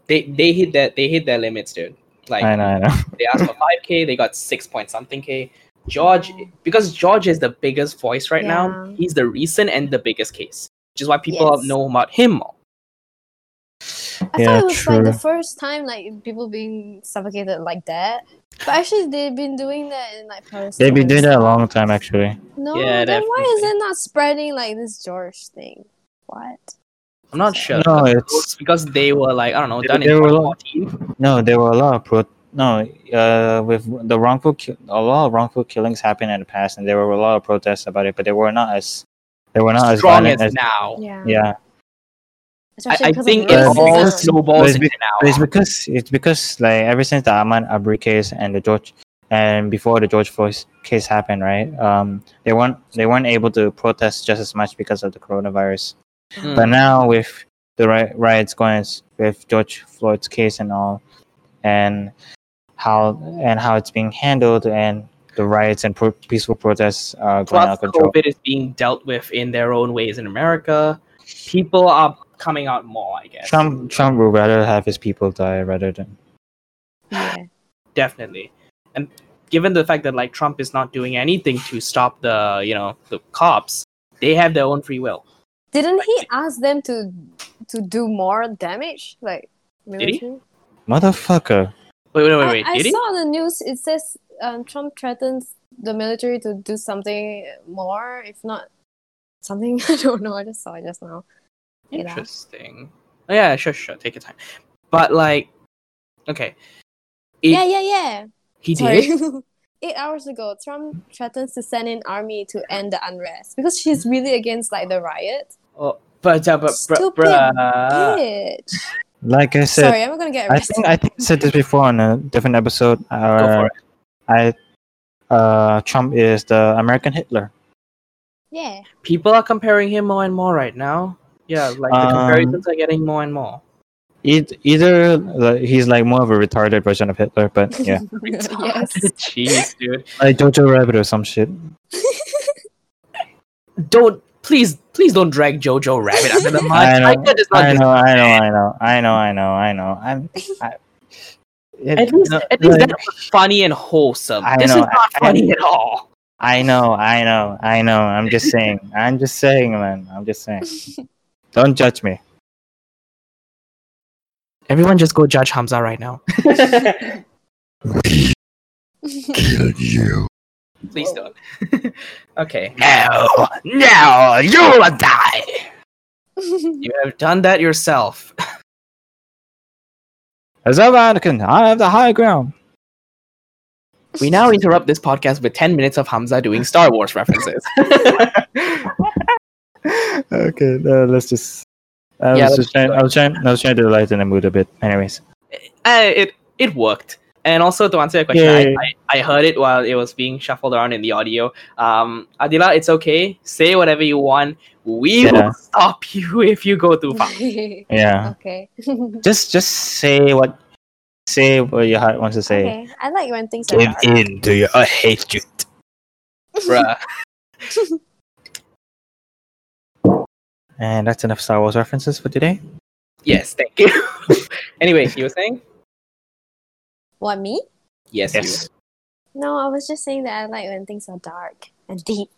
Speaker 1: they they hit that they hit their limits, dude. Like
Speaker 2: I know, I know.
Speaker 1: they asked for 5k, they got 6 point something k. George
Speaker 3: Oh.
Speaker 1: because George is the biggest voice right now.
Speaker 3: Yeah.
Speaker 1: He's the recent and the biggest case. Which is why people
Speaker 3: Yes.
Speaker 1: know about him more.
Speaker 3: I
Speaker 2: Yeah,
Speaker 3: thought it was like the
Speaker 2: true.
Speaker 3: first time like people being suffocated like that. But actually, they've been doing that in like Paris.
Speaker 2: They've been doing that a long time, actually.
Speaker 3: No,
Speaker 1: Yeah,
Speaker 3: then why is
Speaker 1: definitely.
Speaker 3: it not spreading like this George thing? What?
Speaker 1: I'm not sure.
Speaker 2: No,
Speaker 1: because-
Speaker 2: it's-
Speaker 1: because they were like I don't know
Speaker 2: They-
Speaker 1: done
Speaker 2: they
Speaker 1: in
Speaker 2: were-
Speaker 1: 2014.
Speaker 2: No, there were a lot of pro. No, uh, with the wrongful, ki- a lot of wrongful killings happened in the past, and there were a lot of protests about it, but they were not as, they were not as
Speaker 1: strong as,
Speaker 2: violent as.
Speaker 1: now.
Speaker 3: Yeah.
Speaker 2: Yeah,
Speaker 1: I,
Speaker 3: Especially
Speaker 1: I
Speaker 3: 'cause of
Speaker 1: think
Speaker 2: racism.
Speaker 1: it all
Speaker 2: Because-
Speaker 1: snowballs
Speaker 2: It's
Speaker 1: into
Speaker 2: be-
Speaker 1: now.
Speaker 2: It's because it's because like ever since the Ahmad Abri case and the George and before the George Floyd case happened, right? Um, they weren't they weren't able to protest just as much because of the coronavirus.
Speaker 1: Mm.
Speaker 2: But now with the ri- riots going s- with George Floyd's case and all, and how and how it's being handled and the riots and pro- peaceful protests are going
Speaker 1: Plus,
Speaker 2: out of control.
Speaker 1: COVID is being dealt with in their own ways in America. people are coming out more. I guess
Speaker 2: Trump Trump would rather have his people die rather than
Speaker 3: Yeah.
Speaker 1: definitely, and given the fact that like Trump is not doing anything to stop the you know the cops, they have their own free will.
Speaker 3: Didn't he ask them to to do more damage? Like
Speaker 1: he?
Speaker 3: military?
Speaker 2: motherfucker.
Speaker 1: Wait, wait, wait, wait.
Speaker 3: I, I
Speaker 1: did he?
Speaker 3: saw the news. It says um, Trump threatens the military to do something more, if not something. I don't know. I just saw it just now. Yeah.
Speaker 1: Interesting. Oh, yeah, sure, sure. Take your time. But like, okay, It-
Speaker 3: yeah, yeah, yeah.
Speaker 1: he
Speaker 3: Sorry.
Speaker 1: did.
Speaker 3: Eight hours ago, Trump threatens to send in army to end the unrest because she's really against like the riot.
Speaker 1: Oh, but uh, but bruh,
Speaker 3: Stupid
Speaker 1: bruh.
Speaker 3: Bitch.
Speaker 2: Like Uh, I said,
Speaker 3: Sorry, I'm gonna get
Speaker 2: I
Speaker 3: arrested.
Speaker 2: think I think I said this before on a different episode. Uh,
Speaker 1: Go for
Speaker 2: I uh Trump is the American Hitler.
Speaker 3: yeah.
Speaker 1: people are comparing him more and more right now. Yeah, like the
Speaker 2: Um,
Speaker 1: comparisons are getting more and more.
Speaker 2: Eith- E-, either like, he's like more of a retarded version of Hitler, but yeah,
Speaker 3: yes.
Speaker 1: Jeez, dude.
Speaker 2: like Jojo Rabbit or some shit.
Speaker 1: Don't please, please don't drag Jojo Rabbit under the mud.
Speaker 2: I know,
Speaker 1: Tiger does not
Speaker 2: I
Speaker 1: just-
Speaker 2: know, I know, I know, I know, I know, I know. I'm. I, it-
Speaker 1: At least,
Speaker 2: no,
Speaker 1: at least
Speaker 2: like,
Speaker 1: that was funny and wholesome.
Speaker 2: I
Speaker 1: this
Speaker 2: know,
Speaker 1: is not
Speaker 2: I- I-
Speaker 1: funny at all.
Speaker 2: I know, I know, I know. I'm just saying. I'm just saying, man. I'm just saying. Don't judge me.
Speaker 1: Everyone, just go judge Hamza right now. Please don't. okay. No, no, you will die. You have done that yourself.
Speaker 2: As a mannequin, I have the high ground.
Speaker 1: We now interrupt this podcast with 10 minutes of Hamza doing Star Wars references. Uh,
Speaker 2: okay, no, let's just. I
Speaker 1: Yeah,
Speaker 2: was
Speaker 1: let's
Speaker 2: just trying. I was trying. I was trying to lighten the mood a bit. Anyways,
Speaker 1: uh, it it worked. And also to answer your question,
Speaker 2: Yeah, yeah,
Speaker 1: I, I, I heard it while it was being shuffled around in the audio. Um, Adila, it's okay. Say whatever you want. We
Speaker 2: Yeah.
Speaker 1: will stop you if you go too far.
Speaker 2: yeah.
Speaker 3: okay.
Speaker 2: Just, just say what, say what your heart wants to say.
Speaker 3: Okay. I like when things are
Speaker 2: Give
Speaker 3: dark.
Speaker 2: in to your hatred.
Speaker 1: Bruh.
Speaker 2: And that's enough Star Wars references for today.
Speaker 1: Yes, thank you. anyway, you were saying?
Speaker 3: What me?
Speaker 1: Yes,
Speaker 2: Yes.
Speaker 3: No, I was just saying that I like when things are dark and deep.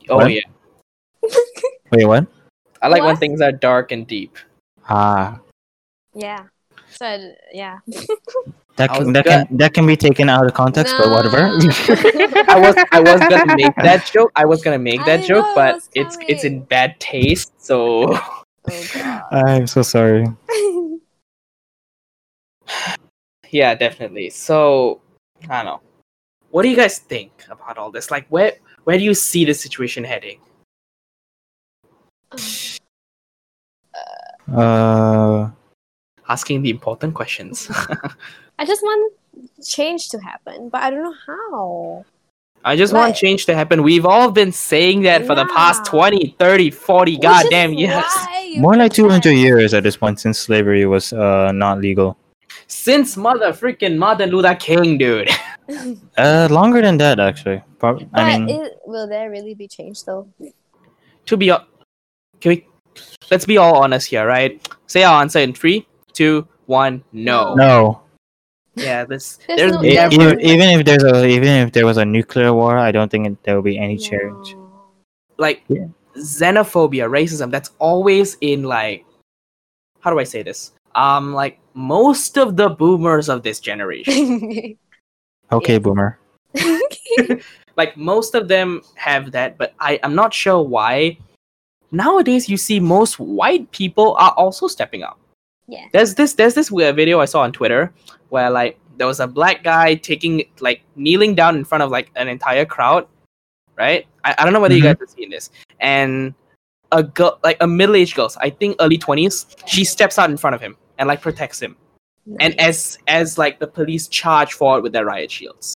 Speaker 1: you were. Oh,
Speaker 2: What?
Speaker 1: yeah.
Speaker 2: Wait, what?
Speaker 1: I like when
Speaker 3: What?
Speaker 1: things are dark and deep.
Speaker 2: Ah,
Speaker 3: Yeah. So I, yeah.
Speaker 2: that
Speaker 1: I
Speaker 2: can,
Speaker 1: was
Speaker 2: that can that can be taken out of context, but whatever.
Speaker 1: I was I was gonna make that joke. I was gonna make
Speaker 3: I
Speaker 1: that
Speaker 3: know
Speaker 1: joke,
Speaker 3: it
Speaker 1: but
Speaker 3: was
Speaker 1: it's it's
Speaker 3: coming.
Speaker 1: in bad taste. So
Speaker 3: oh god.
Speaker 2: I'm so sorry.
Speaker 1: yeah, definitely. So I don't know. What do you guys think about all this? Like, where where do you see the situation heading?
Speaker 2: Uh,
Speaker 1: Asking the important questions.
Speaker 3: I just want change to happen, but I don't know how.
Speaker 1: I just want
Speaker 3: Like-
Speaker 1: change to happen. We've all been saying that for the past
Speaker 3: Yeah.
Speaker 1: 20, 30, 40 goddamn years.
Speaker 2: more like 200 years at this point since slavery was uh not legal.
Speaker 1: Since mother freaking Martin Luther King, dude.
Speaker 3: years.
Speaker 2: Uh, longer than that actually. Prob-
Speaker 3: but
Speaker 2: I mean,
Speaker 3: it, will there really be change though?
Speaker 1: to be hon- can we let's be all honest here, right? Say our answer in three, two, one, no.
Speaker 2: no.
Speaker 1: Yeah, this there's
Speaker 3: There's no-
Speaker 2: E-
Speaker 3: Yeah,
Speaker 1: never
Speaker 2: even,
Speaker 3: but-
Speaker 2: even if there's a even if there was a nuclear war, I don't think it, there will be any change.
Speaker 3: No.
Speaker 1: like
Speaker 2: Yeah.
Speaker 1: xenophobia, racism, that's always in like how do I say this? Um like most of the boomers of this generation.
Speaker 2: Okay,
Speaker 3: Yeah.
Speaker 2: boomer.
Speaker 1: like most of them have that, but I, I'm not sure why. Nowadays you see most white people are also stepping up.
Speaker 3: yeah.
Speaker 1: There's this there's this weird video I saw on Twitter where like there was a black guy taking like kneeling down in front of like an entire crowd, right? I, I don't know whether you guys have seen this. And a girl like a middle aged girl, I think early twenties, she steps out in front of him and like protects him. And
Speaker 2: e-
Speaker 1: as as like the police charge forward with their riot shields.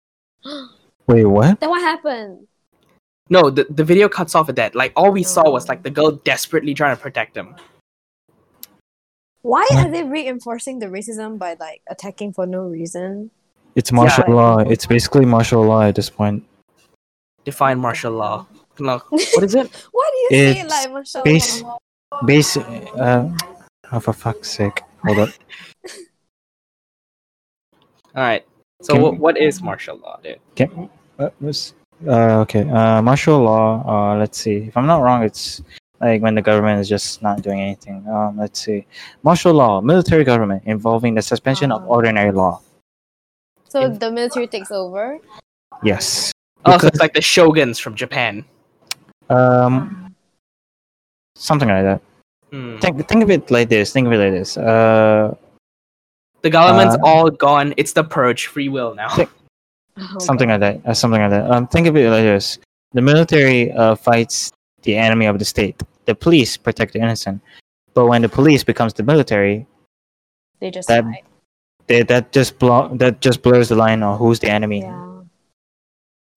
Speaker 2: Wait, what?
Speaker 3: then what happened?
Speaker 1: No, the, the video cuts off at that. Like all we saw was
Speaker 3: Oh.
Speaker 1: like the girl desperately trying to protect him.
Speaker 3: Why
Speaker 2: What?
Speaker 3: are they reinforcing the racism by like attacking for no reason?
Speaker 2: It's martial
Speaker 3: Yeah.
Speaker 2: law. It's basically martial law at this point.
Speaker 1: Define martial law. No, what is it?
Speaker 3: Why do you say it
Speaker 2: It's
Speaker 3: like mashallah?
Speaker 2: bas- Basic. Uh, oh, for fuck's sake! Hold up.
Speaker 1: All right. So
Speaker 2: Can-
Speaker 1: what, what is martial law, dude?
Speaker 2: What was? Uh, okay. Uh, martial law. Uh, let's see. If I'm not wrong, it's like when the government is just not doing anything. Um, let's see. Martial law, military government involving the suspension of
Speaker 1: Uh.
Speaker 3: Ah.
Speaker 2: ordinary law.
Speaker 3: So
Speaker 1: In-
Speaker 3: the military takes over.
Speaker 2: Yes.
Speaker 1: Oh, so
Speaker 2: Because-
Speaker 1: it's like the shoguns from Japan.
Speaker 2: Um, something like that.
Speaker 1: Hmm.
Speaker 2: Think think of it like this. Think of it like this. Uh,
Speaker 1: The government's
Speaker 2: Uh,
Speaker 1: all gone. It's the purge, free will now.
Speaker 2: Think-
Speaker 3: Oh,
Speaker 2: something like that. Uh, something like that. Um, think of it like this: the military uh, fights the enemy of the state. The police protect the innocent. But when the police becomes the military,
Speaker 3: They just
Speaker 2: that-
Speaker 3: fight.
Speaker 2: they, that just blo- that just blurs the line on who's the enemy.
Speaker 3: Yeah.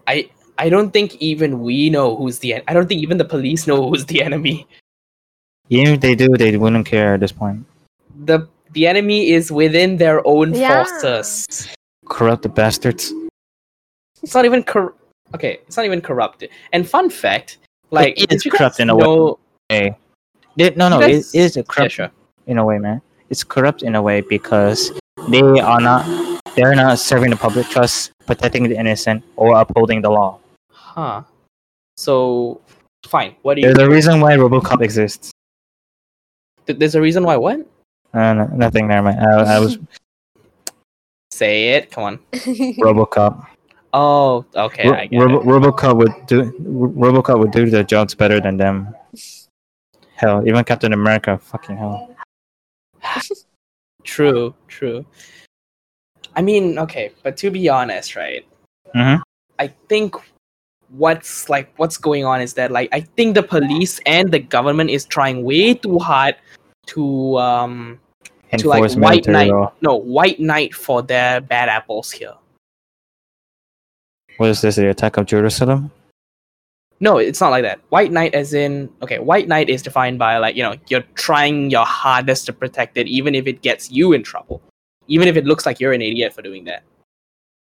Speaker 1: I I don't think even we know who's the. En- I don't think even the police know who's the enemy.
Speaker 2: Even if they do, they wouldn't care at this point.
Speaker 1: The the enemy is within their own
Speaker 3: Yeah.
Speaker 1: forces.
Speaker 2: Corrupt the bastards.
Speaker 1: It's not even cor- okay. It's not even corrupted. And fun fact, like
Speaker 2: is
Speaker 1: did you
Speaker 2: corrupt
Speaker 1: guys
Speaker 2: in a way.
Speaker 1: know-
Speaker 2: Hey, They-
Speaker 1: You
Speaker 2: no, no,
Speaker 1: guys-
Speaker 2: it is a
Speaker 1: Yeah,
Speaker 2: corrupt
Speaker 1: sure.
Speaker 2: in a way, man. It's corrupt in a way because they are not they're not serving the public trust, protecting the innocent, or upholding the law.
Speaker 1: Huh. So fine. What do you?
Speaker 2: There's a reason why RoboCop exists.
Speaker 1: Th- there's a reason why. What?
Speaker 2: Uh, no, nothing, never mind. I, I was
Speaker 1: Say it. Come on.
Speaker 2: RoboCop.
Speaker 1: Oh, okay. I get
Speaker 2: Ro-
Speaker 1: it.
Speaker 2: Robo- RoboCop would do Ro- RoboCop would do their jobs better than them. Hell, even Captain America, fucking hell.
Speaker 1: True, true. I mean, okay, but to be honest, right?
Speaker 2: Mhm.
Speaker 1: I think what's like what's going on is that like I think the police and the government is trying way too hard to um To, like,
Speaker 2: Enforce
Speaker 1: white
Speaker 2: military
Speaker 1: knight.
Speaker 2: law.
Speaker 1: no white knight for their bad apples here.
Speaker 2: What is this? The attack of Jerusalem?
Speaker 1: No, it's not like that. White knight, as in okay, white knight is defined by like you know you're trying your hardest to protect it, even if it gets you in trouble, even if it looks like you're an idiot for doing that.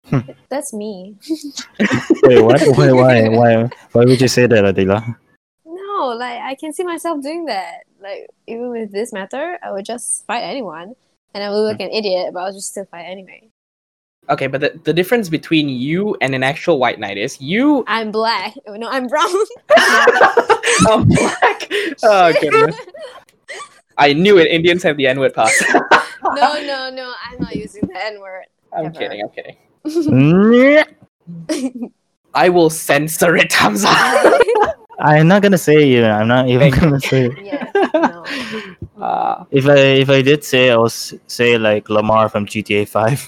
Speaker 3: That's me.
Speaker 2: Wait, what? Wait, why? Why? Why would you say that, Adila?
Speaker 3: No, like I can see myself doing that. Like even with this matter, I would just fight anyone, and I would look an
Speaker 2: Mm.
Speaker 3: idiot, but I'll just still fight anyway.
Speaker 1: Okay, but the, the difference between you and an actual white knight is you
Speaker 3: I'm black. Oh, no, I'm brown.
Speaker 1: are black. Oh goodness. I knew it. Indians have the N-word pass.
Speaker 3: no, no, no. I'm not using the N word.
Speaker 1: I'm
Speaker 3: Never.
Speaker 1: kidding. I'm kidding.
Speaker 2: Nyeh.
Speaker 1: I will censor it, Hamza.
Speaker 3: yes.
Speaker 2: I'm not gonna say it. I'm not even gonna say it.
Speaker 3: No.
Speaker 1: Ah,
Speaker 2: If I if I did say, it, I'll s- say like Lamar from GTA Five.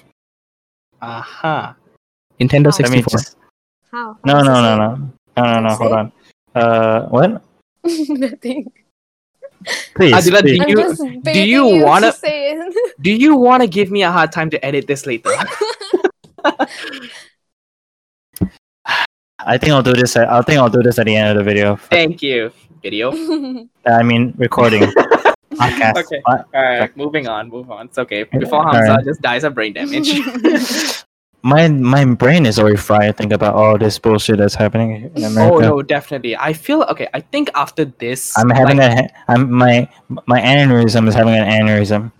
Speaker 1: aha. uh-huh. Nintendo
Speaker 3: Let
Speaker 2: Let me
Speaker 1: 64.
Speaker 2: just.
Speaker 3: How? How
Speaker 2: No,
Speaker 3: does
Speaker 2: no,
Speaker 3: it
Speaker 2: no, no, no, no, no.
Speaker 3: Just
Speaker 2: Hold
Speaker 3: say-
Speaker 2: on. Uh, what?
Speaker 3: say? Nothing.
Speaker 2: Please.
Speaker 1: Adila, do
Speaker 2: please.
Speaker 3: I'm
Speaker 1: you-
Speaker 3: just begging
Speaker 1: you
Speaker 3: you
Speaker 1: wanna-
Speaker 3: to say it.
Speaker 1: Do you want to give me a hard time to edit this later?
Speaker 2: I think I'll do this. At, I think I'll do this at the end of the video.
Speaker 1: Thank you. Video.
Speaker 2: I mean, recording. Podcast.
Speaker 1: Okay.
Speaker 2: What?
Speaker 1: All right, moving on. Move on. It's okay. Before
Speaker 2: All
Speaker 1: Hamza
Speaker 2: right.
Speaker 1: just dies of brain damage.
Speaker 2: My my brain is already fried. Think about all this bullshit that's happening in America.
Speaker 1: oh no, definitely. I feel okay. I think after this,
Speaker 2: I'm having
Speaker 1: like,
Speaker 2: a I'm my my aneurysm is having an aneurysm.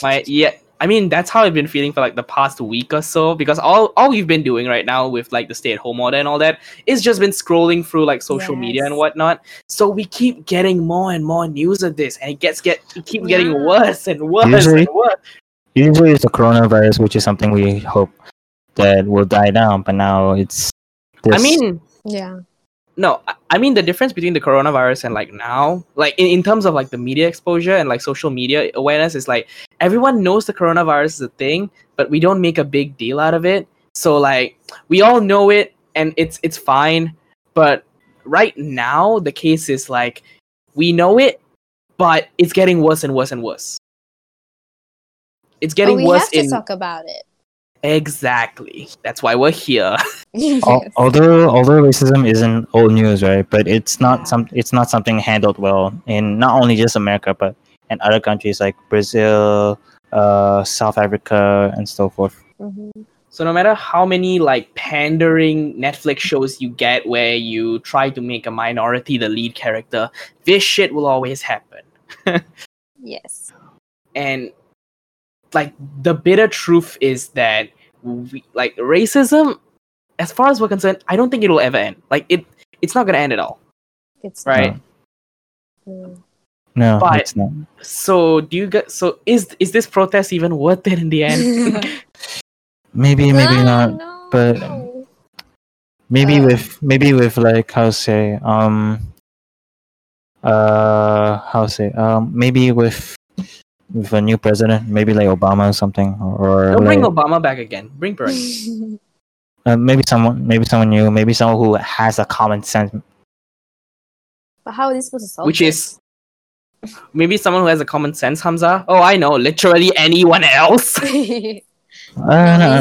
Speaker 1: my yeah. I mean, that's how I've been feeling for like the past week or so because all all we've been doing right now with like the stay at home order and all that is just been scrolling through like social media and
Speaker 3: Yes.
Speaker 1: whatnot. So we keep getting more and more news of this, and it gets get it keeps getting
Speaker 3: Yeah.
Speaker 1: worse and worse
Speaker 2: Usually-
Speaker 1: and worse.
Speaker 2: Usually it's the coronavirus, which is something we hope that will die down, but now it's. This.
Speaker 1: I mean,
Speaker 3: yeah.
Speaker 1: no I- i mean the difference between the coronavirus and like now like in, in terms of like the media exposure and like social media awareness is like everyone knows the coronavirus is a thing but we don't make a big deal out of it so like we all know it and it's it's fine but right now the case is like we know it but it's getting worse and worse and worse it's
Speaker 3: But
Speaker 1: getting
Speaker 3: we
Speaker 1: worse
Speaker 3: have to
Speaker 1: in
Speaker 3: talk about it.
Speaker 1: exactly that's why we're here Oh,
Speaker 2: al-
Speaker 3: Yes.
Speaker 2: although although racism isn't old news, right? But it's
Speaker 3: Yeah.
Speaker 2: not some it's not something handled well in not only just America, but in other countries like Brazil, uh, South Africa, and so forth.
Speaker 3: Mhm.
Speaker 1: So no matter how many like pandering Netflix shows you get where you try to make a minority the lead character, this shit will always happen.
Speaker 3: Yes.
Speaker 1: and like the bitter truth is that we, like racism as far as we're concerned i don't think it'll ever end like it it's not going to end at all
Speaker 3: It's
Speaker 1: right
Speaker 3: Mm.
Speaker 2: No,
Speaker 1: But-
Speaker 2: it's not.
Speaker 1: so do you get so is is this protest even worth it in the end
Speaker 2: Maybe, maybe
Speaker 3: Ah,
Speaker 2: not.
Speaker 3: no,
Speaker 2: but-
Speaker 3: no.
Speaker 2: Maybe
Speaker 3: Uh,
Speaker 2: with maybe with like how say um uh how say um maybe with with a new president maybe like Obama or something or
Speaker 1: don't
Speaker 2: like,
Speaker 1: bring obama back again bring bernie
Speaker 2: uh, maybe someone maybe someone new maybe someone who has a common sense
Speaker 3: but how are they supposed to solve
Speaker 1: which
Speaker 3: this?
Speaker 1: is maybe someone who has a common sense hamza oh i know literally anyone else
Speaker 3: Oh
Speaker 2: uh, no,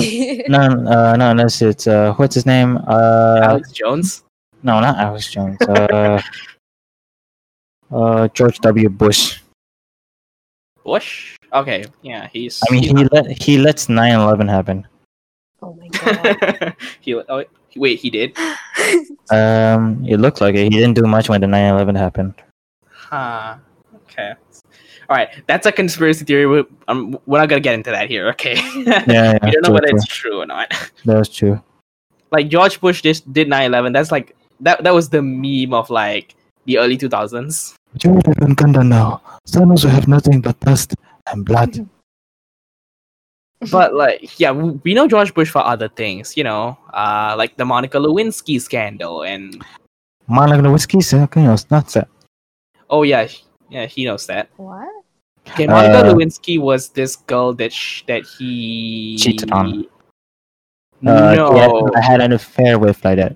Speaker 2: no uh, no unless it's uh what's his name uh
Speaker 1: alex jones
Speaker 2: no not Alex Jones uh uh George W Bush
Speaker 1: bush okay yeah he's
Speaker 2: I mean
Speaker 1: he's
Speaker 2: he let he lets 9/11 happen
Speaker 3: oh my god.
Speaker 1: he oh, wait he did
Speaker 2: um it looked like it he didn't do much when the 9/11 happened
Speaker 1: huh okay all right that's a conspiracy theory we're, um, we're not gonna get into that here okay
Speaker 2: yeah, yeah
Speaker 1: we don't know
Speaker 2: true,
Speaker 1: whether
Speaker 2: true.
Speaker 1: it's true or not
Speaker 2: That was true.
Speaker 1: like george bush did, did 9-11 that's like that that was the meme of like the early 2000s
Speaker 2: Jared and Gundam now. Thanos will have nothing but dust and blood.
Speaker 1: but like yeah w- we know george bush for other things you know uh like the monica lewinsky scandal and
Speaker 2: Monica Lewinsky said, okay, it's not that.
Speaker 1: oh yeah sh- yeah he knows that
Speaker 3: What?
Speaker 1: okay monica
Speaker 2: Uh,
Speaker 1: lewinsky was this girl that sh- that he
Speaker 2: Cheated on. Uh,
Speaker 1: no
Speaker 2: yeah, I had an affair with like that.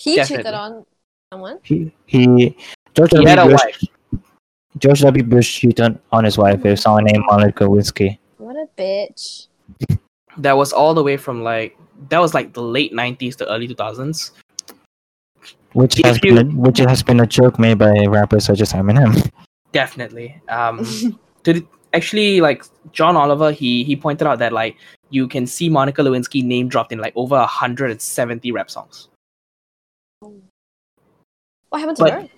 Speaker 3: He cheated
Speaker 1: Definitely.
Speaker 3: on someone?
Speaker 2: He, he George
Speaker 1: he
Speaker 2: W.
Speaker 1: had a
Speaker 2: Bush,
Speaker 1: wife
Speaker 2: George W. Bush cheated on his wife with someone named Monica Lewinsky.
Speaker 3: What a bitch.
Speaker 1: that was all the way from like that was like the late 90s to early 2000s
Speaker 2: Which
Speaker 1: If
Speaker 2: has,
Speaker 1: you-
Speaker 2: been a, which has been a joke made by rappers such as Eminem.
Speaker 1: definitely um did actually like John Oliver he he pointed out that like you can see Monica Lewinsky name dropped in like over 170 rap songs.
Speaker 3: what happened to
Speaker 1: But-
Speaker 3: her?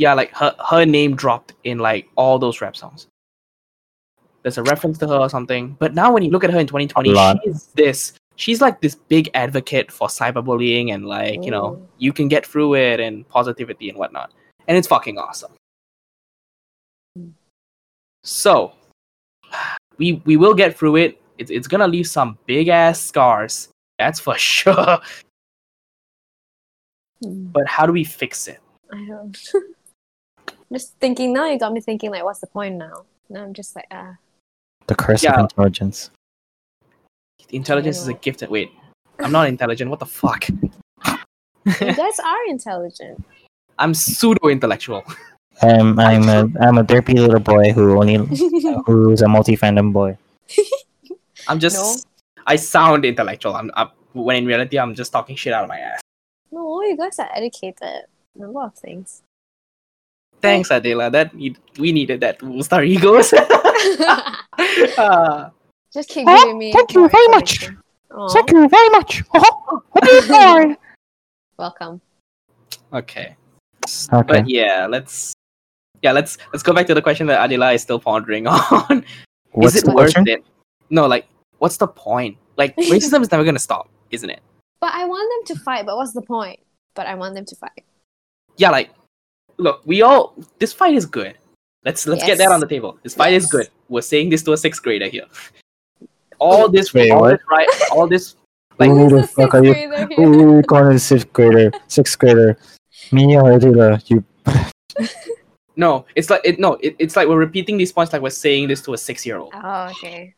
Speaker 1: Yeah, like her her name dropped in like all those rap songs. There's a reference to her or something. But now when you look at her in 2020,
Speaker 2: A lot.
Speaker 1: she's this she's like this big advocate for cyberbullying and like, you know,
Speaker 3: Mm.
Speaker 1: you can get through it and positivity and whatnot. And it's fucking awesome. So we we will get through it. It's it's gonna leave some big ass scars. That's for sure.
Speaker 3: Hmm,
Speaker 1: But how do we fix it?
Speaker 3: I don't. just thinking now, you got me thinking, like, what's the point now? Now I'm just like, ah.
Speaker 2: The curse
Speaker 1: Yeah.
Speaker 2: of intelligence.
Speaker 1: Intelligence is a
Speaker 3: Ew.
Speaker 1: gift. That, wait, I'm not intelligent. What the fuck?
Speaker 3: You guys are intelligent.
Speaker 1: I'm pseudo intellectual.
Speaker 2: I'm Um, I'm a I'm a derpy little boy who only who's a multi fandom boy.
Speaker 1: I'm just. I sound intellectual. I'm, i When in reality, I'm just talking shit out of my ass.
Speaker 3: no, you guys are educated in a lot of things.
Speaker 1: Thanks, Adela. That need, we needed that to boost our egos. Uh,
Speaker 3: just keep giving me.
Speaker 4: thank you
Speaker 3: more
Speaker 4: very much.
Speaker 3: information. Aw,
Speaker 4: Thank you very much. Oh, oh,
Speaker 3: Welcome.
Speaker 1: okay. S-
Speaker 2: Okay.
Speaker 1: But yeah, let's. Yeah, let's let's go back to the question that Adela is still pondering on. is it
Speaker 2: the
Speaker 1: worth
Speaker 2: question?
Speaker 1: it? No, like, what's the point? Like, racism is never gonna stop, isn't it?
Speaker 3: But I want them to fight, but what's the point? But I want them to fight.
Speaker 1: yeah, like, look, we all this fight is good. Let's let's get that
Speaker 3: Yes.
Speaker 1: on the table. This fight is
Speaker 3: Yes.
Speaker 1: good. We're saying this to a sixth grader here. All this,
Speaker 2: Wait,
Speaker 1: all
Speaker 2: what?
Speaker 1: this right, all this. Like-
Speaker 2: who
Speaker 3: Who's
Speaker 2: the
Speaker 3: the
Speaker 2: fuck are you?
Speaker 3: sixth grader here?
Speaker 2: Who calling a sixth grader? Sixth grader. Me or Adela? You.
Speaker 1: No, it's like it. No, it, it's like we're repeating these points like we're saying this to a six-year-old.
Speaker 3: Oh, okay.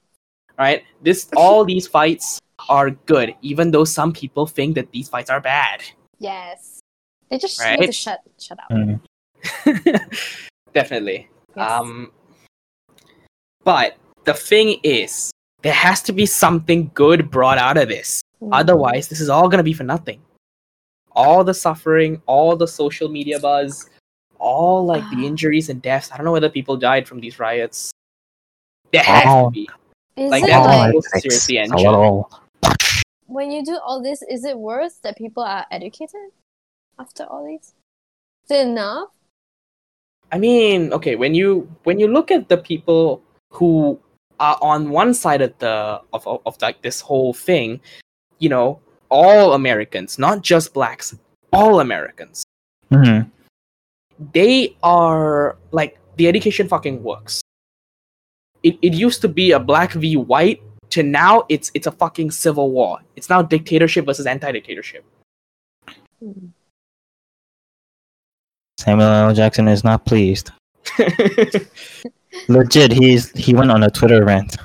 Speaker 1: Right? This all these fights are good, even though some people think that these fights are bad.
Speaker 3: Yes. They just
Speaker 1: Right?
Speaker 3: need to shut shut up.
Speaker 2: Mm.
Speaker 1: Definitely.
Speaker 3: Yes.
Speaker 1: Um, but the thing is, there has to be something good brought out of this.
Speaker 3: Mm.
Speaker 1: Otherwise, this is all going to be for nothing. All the suffering, all the social media buzz, all like the injuries and deaths. I don't know whether people died from these riots. There has to
Speaker 2: Wow.
Speaker 1: be.
Speaker 3: is
Speaker 1: like
Speaker 3: it
Speaker 1: that
Speaker 3: like
Speaker 1: was seriously
Speaker 2: It's
Speaker 1: engine.
Speaker 2: a little-
Speaker 3: when you do all this, is it worth that people are educated after all this? Is it enough?
Speaker 1: I mean, okay, when you when you look at the people who are on one side of the of of, of like this whole thing, you know, all Americans, not just blacks, all Americans,
Speaker 2: Mm-hmm.
Speaker 1: they are like the education fucking works. It it used to be a black v white to now it's it's a fucking civil war. It's now dictatorship versus anti-dictatorship.
Speaker 2: Samuel L. Jackson is not pleased. Legit, he's he went on a Twitter rant.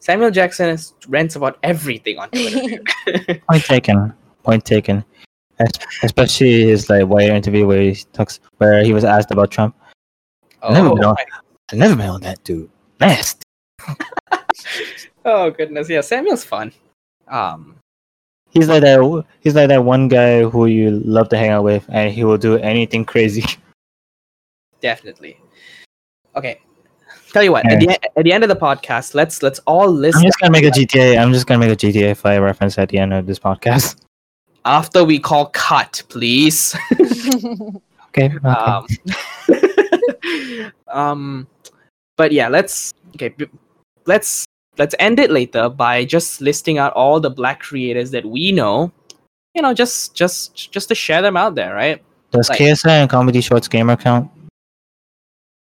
Speaker 1: Samuel Jackson is, rants about everything on Twitter.
Speaker 2: Point taken. Point taken. Es- Especially his like wire interview where he talks where he was asked about Trump. Never been
Speaker 1: Oh,
Speaker 2: on-
Speaker 1: I-
Speaker 2: I never met on that dude. Nasty.
Speaker 1: oh goodness, yeah, Samuel's fun. Um,
Speaker 2: He's like that. He's like that one guy who you love to hang out with, and he will do anything crazy.
Speaker 1: definitely. Okay, tell you what. At the e- at the end of the podcast, let's let's all list
Speaker 2: I'm just gonna make a GTA. I'm just gonna make a GTA Five reference at the end of this podcast.
Speaker 1: after we call cut, please.
Speaker 2: Okay. okay.
Speaker 1: Um, um, but yeah, let's okay. b- Let's let's end it later by just listing out all the black creators that we know. You know, just just just to share them out there, right?
Speaker 2: Does
Speaker 1: like-
Speaker 2: KSI and Comedy Shorts gamer count?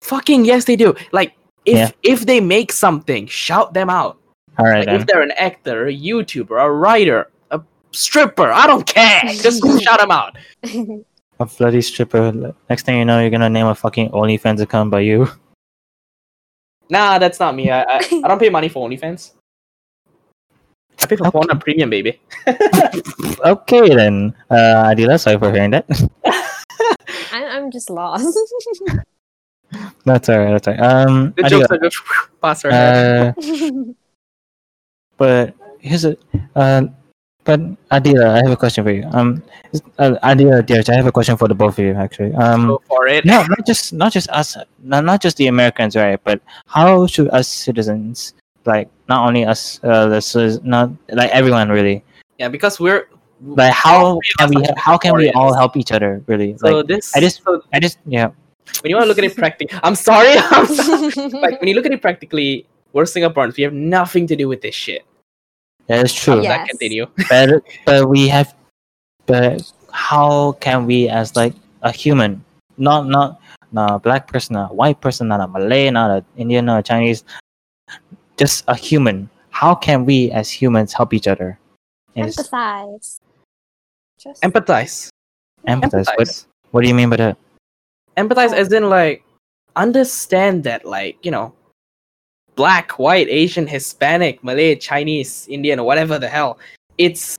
Speaker 1: Fucking yes, they do. Like if
Speaker 2: Yeah.
Speaker 1: if they make something, shout them out.
Speaker 2: All right
Speaker 1: Like,
Speaker 2: then.
Speaker 1: if they're an actor, a YouTuber, a writer, a stripper, I don't care. Just shout them out.
Speaker 2: A bloody stripper. like, Next thing you know, you're gonna name a fucking OnlyFans account by you.
Speaker 1: Nah, that's not me. I I, I don't pay money for OnlyFans. I pay for porn on premium, baby.
Speaker 2: Okay then. Uh, Adila, sorry for hearing that.
Speaker 3: I'm, I'm just lost.
Speaker 2: that's alright. That's alright. Um,
Speaker 1: The
Speaker 2: Adila,
Speaker 1: jokes are just past our head.
Speaker 2: uh, but here's a. Uh, but Adila, I have a question for you. Um, is- uh, Adila, Dirch, I have a question for the both of you actually. Um,
Speaker 1: Go for it.
Speaker 2: no, not just not just us, not, not just the Americans, right? But how should us citizens, like not only us, uh, the citizens, not like everyone really,
Speaker 1: Yeah, because we're
Speaker 2: like how can we how can we
Speaker 1: Singaporeans.
Speaker 2: all help each other really?
Speaker 1: so
Speaker 2: like
Speaker 1: uh, this.
Speaker 2: I just
Speaker 1: so
Speaker 2: I just yeah
Speaker 1: when you want to look at it practically, I'm sorry. I'm sorry. like when you look at it practically, we're Singaporeans. We have nothing to do with this shit.
Speaker 2: that is true.
Speaker 3: Yeah.
Speaker 1: That
Speaker 3: Yes.
Speaker 1: continue.
Speaker 2: But but we have, but how can we as like a human, not not not a black person, not a white person, not a Malay, not a Indian, not a Chinese, just a human. How can we as humans help each other? And it's-
Speaker 3: Empathize. Just
Speaker 1: Empathize.
Speaker 2: empathize. What,
Speaker 1: Empathize.
Speaker 2: what do you mean by that?
Speaker 1: Empathize, as in like understand that, like you know, black, white, Asian, Hispanic, Malay, Chinese, Indian, or whatever the hell. It's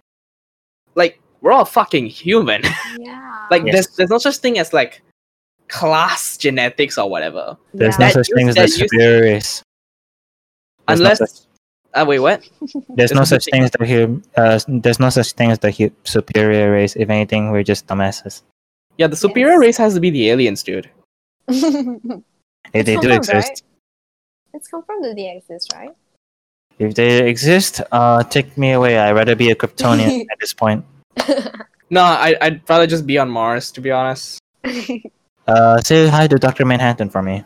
Speaker 1: like we're all fucking human.
Speaker 3: yeah.
Speaker 1: like
Speaker 2: Yes.
Speaker 1: there's there's no such thing as like class genetics or whatever.
Speaker 2: There's
Speaker 1: Yeah.
Speaker 2: no such thing as the
Speaker 1: That you-
Speaker 2: superior race. There's no
Speaker 1: Unless
Speaker 2: such-
Speaker 1: ah wait what?
Speaker 2: there's
Speaker 1: there's
Speaker 2: no
Speaker 1: no
Speaker 2: such thing as the hu- uh, there's no such thing as the hu- superior race. If anything, we're just dumbasses.
Speaker 1: Yeah, the superior
Speaker 3: Yes.
Speaker 1: race has to be the aliens, dude.
Speaker 3: no,
Speaker 2: If they do exist,
Speaker 3: It's confirmed that they exist, right?
Speaker 2: If they exist, uh, take me away. I'd rather be a Kryptonian at this point.
Speaker 1: No, I, I'd rather just be on Mars, to be honest.
Speaker 2: Uh, say hi to Dr. Manhattan for me.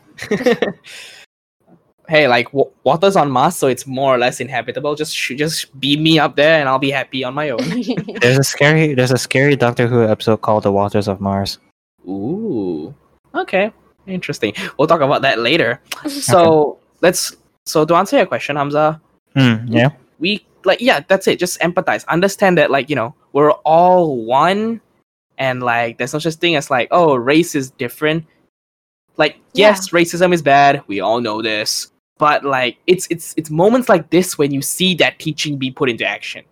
Speaker 1: Hey, like w- water's on Mars, so it's more or less inhabitable. Just sh- just beam me up there, and I'll be happy on my own.
Speaker 2: There's a scary, there's a scary Doctor Who episode called "The Waters of Mars."
Speaker 1: Ooh, okay, interesting. We'll talk about that later. So let's. So to answer your question, Hamza,
Speaker 2: Hmm. yeah.
Speaker 1: we like yeah that's it just empathize understand that like you know we're all one and like there's no such thing as like oh race is different like
Speaker 3: Yeah.
Speaker 1: yes racism is bad we all know this but like it's it's it's moments like this when you see that teaching be put into action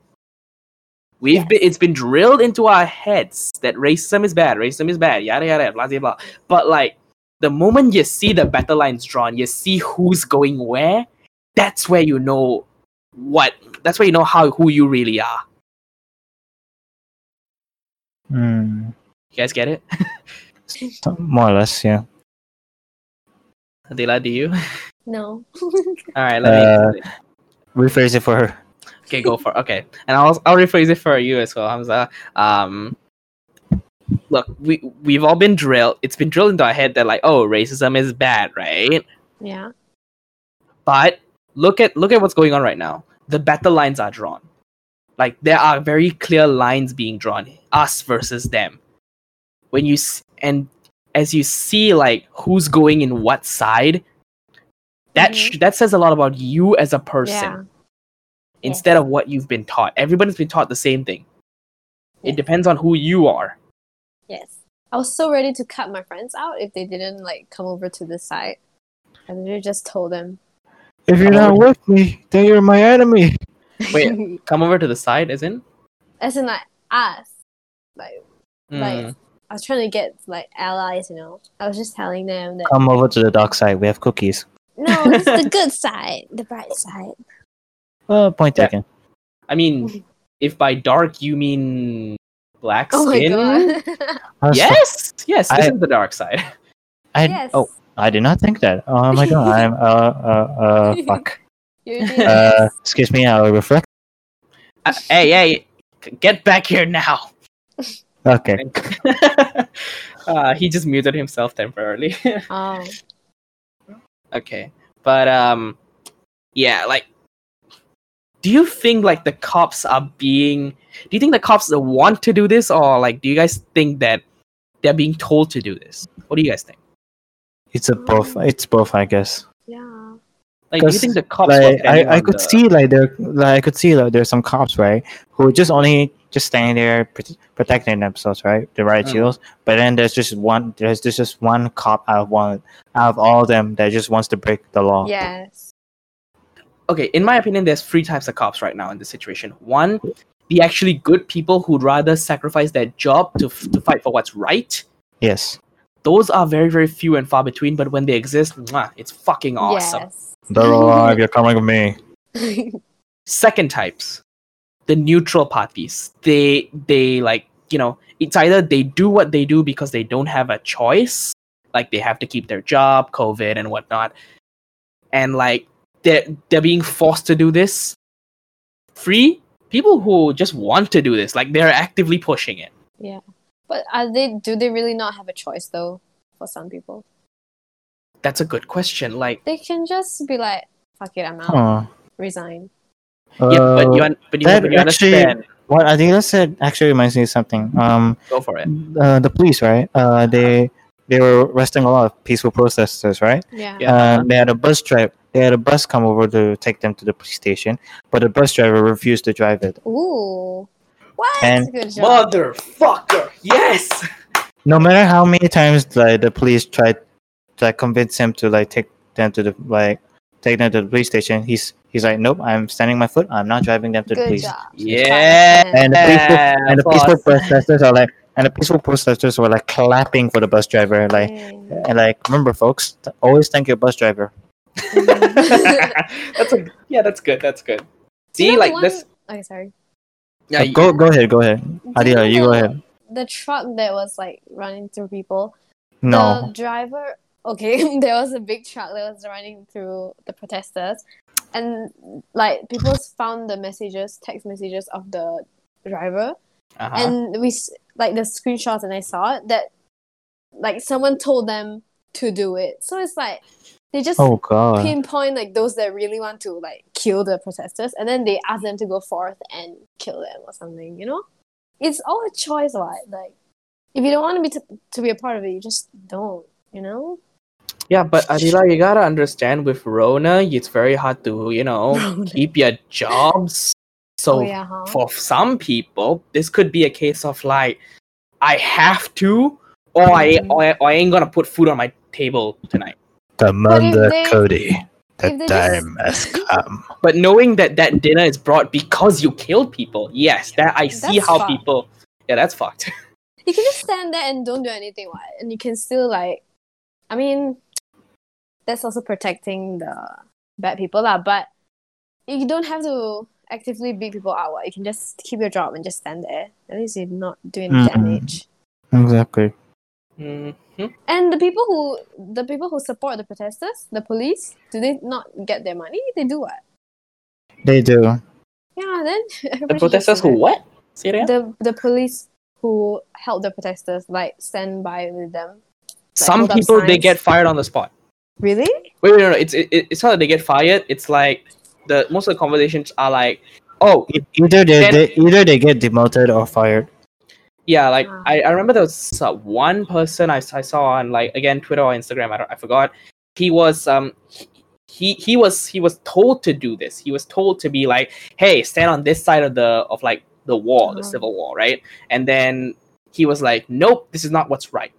Speaker 1: we've been it's been drilled into our heads that racism is bad racism is bad yada yada blah blah blah but like the moment you see the battle lines drawn you see who's going where that's where you know what that's where you know how who you really are
Speaker 2: Hmm.
Speaker 1: you guys get it
Speaker 2: So- more or less, yeah.
Speaker 1: adela do you
Speaker 3: no.
Speaker 1: all right let me
Speaker 2: Rephrase it for her.
Speaker 1: okay go for okay and i'll i'll rephrase it for you as well hamza um look, we we've all been drilled. It's been drilled into our head that like, oh, racism is bad, right?
Speaker 3: Yeah.
Speaker 1: But look at look at what's going on right now. The battle lines are drawn. Like there are very clear lines being drawn, us versus them. When you s- and as you see like who's going in what side, that sh- that says a lot about you as a person
Speaker 3: Mm-hmm. Yeah.
Speaker 1: instead of what you've been taught. Everybody's been taught the same thing. It
Speaker 3: Yeah.
Speaker 1: depends on who you are.
Speaker 3: Yes. I was so ready to cut my friends out if they didn't like come over to this side. I literally just told them.
Speaker 2: If you're not with me, then you're my enemy.
Speaker 1: Wait. Come over to the side, as in.
Speaker 3: As in like us. Like
Speaker 1: Hmm.
Speaker 2: Mm.
Speaker 3: like I was trying to get like allies, you know. I was just telling them that
Speaker 2: Come over to the dark side. We have cookies.
Speaker 3: No, it's the good side, the bright side.
Speaker 2: Uh, point
Speaker 1: Yeah.
Speaker 2: taken.
Speaker 1: I
Speaker 3: Mm-hmm.
Speaker 1: mean, if by dark you mean black
Speaker 3: Oh my
Speaker 1: skin,
Speaker 3: god.
Speaker 2: I was like,
Speaker 1: yes, yes, this
Speaker 2: I-
Speaker 1: is the dark side.
Speaker 2: Uh, I,
Speaker 3: yes.
Speaker 2: Oh, I did not think that. Oh my god. I'm uh uh uh fuck.
Speaker 3: You did.
Speaker 2: Uh, excuse me. I'll reflect.
Speaker 1: Uh, hey, hey, c- get back here now!
Speaker 2: Okay.
Speaker 1: uh, he just muted himself temporarily.
Speaker 3: oh.
Speaker 1: okay, but um, yeah, like, do you think like the cops are being? Do you think the cops want to do this, or like, do you guys think that they're being told to do this? What do you guys think?
Speaker 2: It's a both. It's both, I guess.
Speaker 3: Yeah.
Speaker 1: Like, do you
Speaker 2: 'Cause,
Speaker 1: think the cops? were
Speaker 2: like
Speaker 1: planning
Speaker 2: I, I
Speaker 1: on
Speaker 2: could
Speaker 1: the-
Speaker 2: see like there like I could see like there's some cops right who just only just standing there prote- protecting themselves right the riot
Speaker 1: Mm.
Speaker 2: shields but then there's just one there's there's just one cop out of one out of all of them that just wants to break the law
Speaker 3: Yes.
Speaker 1: okay, in my opinion, there's three types of cops right now in this situation. One, the actually good people who'd rather sacrifice their job to, f- to fight for what's right.
Speaker 2: yes
Speaker 1: Those are very, very few and far between, but when they exist, mwah, it's fucking awesome.
Speaker 3: Yes.
Speaker 2: they're alive you're coming with me
Speaker 1: Second types, the neutral parties. They, they like, you know, it's either they do what they do because they don't have a choice, like they have to keep their job, COVID, and whatnot, and like they're, they're being forced to do this. Free people who just want to do this, like they're actively pushing it.
Speaker 3: but are they? Do they really not have a choice though? For some people,
Speaker 1: That's a good question. Like,
Speaker 3: they can just be like, "Fuck it, I'm out,
Speaker 2: huh.
Speaker 3: resign."
Speaker 1: yeah, but you,
Speaker 2: Uh,
Speaker 1: un- but you,
Speaker 2: that
Speaker 1: but you
Speaker 2: actually-
Speaker 1: understand.
Speaker 2: what Adila said actually reminds me of something um
Speaker 1: Go for it.
Speaker 2: uh, the police right uh they they were arresting a lot of peaceful protesters right
Speaker 3: Yeah.
Speaker 1: Yeah.
Speaker 2: Uh, they had a bus drive. They had a bus come over to take them to the police station, but the bus driver refused to drive it.
Speaker 3: Ooh. What?
Speaker 2: And-
Speaker 3: Good job.
Speaker 1: Motherfucker! Yes!
Speaker 2: No matter how many times like the police tried to like, convince him to like take them to the like take them to the police station, he's he's like, nope, I'm standing my foot. I'm not driving them to the
Speaker 3: good
Speaker 2: police.
Speaker 3: job.
Speaker 1: Yeah!
Speaker 2: And the peaceful
Speaker 1: Yeah,
Speaker 2: and the peaceful
Speaker 1: boss.
Speaker 2: protesters are like and the peaceful protesters were like clapping for the bus driver, like
Speaker 3: Yeah.
Speaker 2: and like remember, folks, th- always thank your bus driver.
Speaker 1: that's a, yeah, that's good. That's good.
Speaker 3: Do you
Speaker 1: See,
Speaker 3: know the
Speaker 1: like
Speaker 3: one-
Speaker 1: this.
Speaker 3: Okay, sorry.
Speaker 1: Yeah,
Speaker 2: Uh, go go ahead, go ahead,
Speaker 3: Do
Speaker 2: Adila, you
Speaker 3: know
Speaker 2: go
Speaker 3: the-
Speaker 2: ahead.
Speaker 3: The truck that was like running through people. The
Speaker 2: No,
Speaker 3: driver. Okay, there was a big truck that was running through the protesters, and like people found the messages, text messages of the driver,
Speaker 1: uh
Speaker 2: Uh-huh.
Speaker 3: and we s- like the screenshots and i saw it that like someone told them to do it so it's like they just
Speaker 2: oh
Speaker 1: Uh-huh.
Speaker 2: god.
Speaker 3: pinpoint like those that really want to like kill the protesters and then they ask them to go forth and kill them or something you know it's all a choice right like if you don't want to be to, to be a part of it you just don't you know
Speaker 1: Yeah, but Adila, you gotta understand with Rona, it's very hard to, you know, keep your jobs. So
Speaker 3: oh yeah huh?
Speaker 1: for some people, this could be a case of like, I have to, or I,
Speaker 3: Mhm.
Speaker 1: or I, or I ain't gonna put food on my table tonight.
Speaker 2: Commander
Speaker 3: they-
Speaker 2: Cody, the
Speaker 3: if they
Speaker 2: time
Speaker 3: just-
Speaker 2: has come.
Speaker 1: But knowing that that dinner is brought because you killed people, yes, that I see
Speaker 3: That's
Speaker 1: how
Speaker 3: fucked.
Speaker 1: people. Yeah, that's fucked.
Speaker 3: you can just stand there and don't do anything right and you can still like i mean that's also protecting the bad people lah but you don't have to actively beat people out what. you can just keep your job and just stand there at least you're not doing
Speaker 1: Mm-hmm.
Speaker 2: Mm.
Speaker 3: damage
Speaker 2: Exactly.
Speaker 1: Mm.
Speaker 3: and the people who the people who support the protesters the police do they not get their money they do what
Speaker 2: They do.
Speaker 3: yeah then
Speaker 1: The
Speaker 3: everybody gets
Speaker 1: protesters who
Speaker 3: their-
Speaker 1: what? Say it again?
Speaker 3: the the police who helped the protesters, like stand by with them.
Speaker 1: Some
Speaker 3: hold up
Speaker 1: people they
Speaker 3: signs.
Speaker 1: get fired on the spot.
Speaker 3: Really?
Speaker 1: Wait, wait, no, no. It's it, it's not that they get fired. It's like the most of the conversations are like, oh
Speaker 2: E- Either they,
Speaker 1: Then-
Speaker 2: they either they get demoted or fired.
Speaker 1: yeah, like
Speaker 3: Ah.
Speaker 1: I, I remember there was uh, one person I, s- I saw on like again Twitter or Instagram. I don't, I forgot. He was um he he was he was told to do this. He was told to be like, hey, stand on this side of the of like the wall, the
Speaker 3: Ah.
Speaker 1: civil war, right? And then he was like, nope, this is not what's right.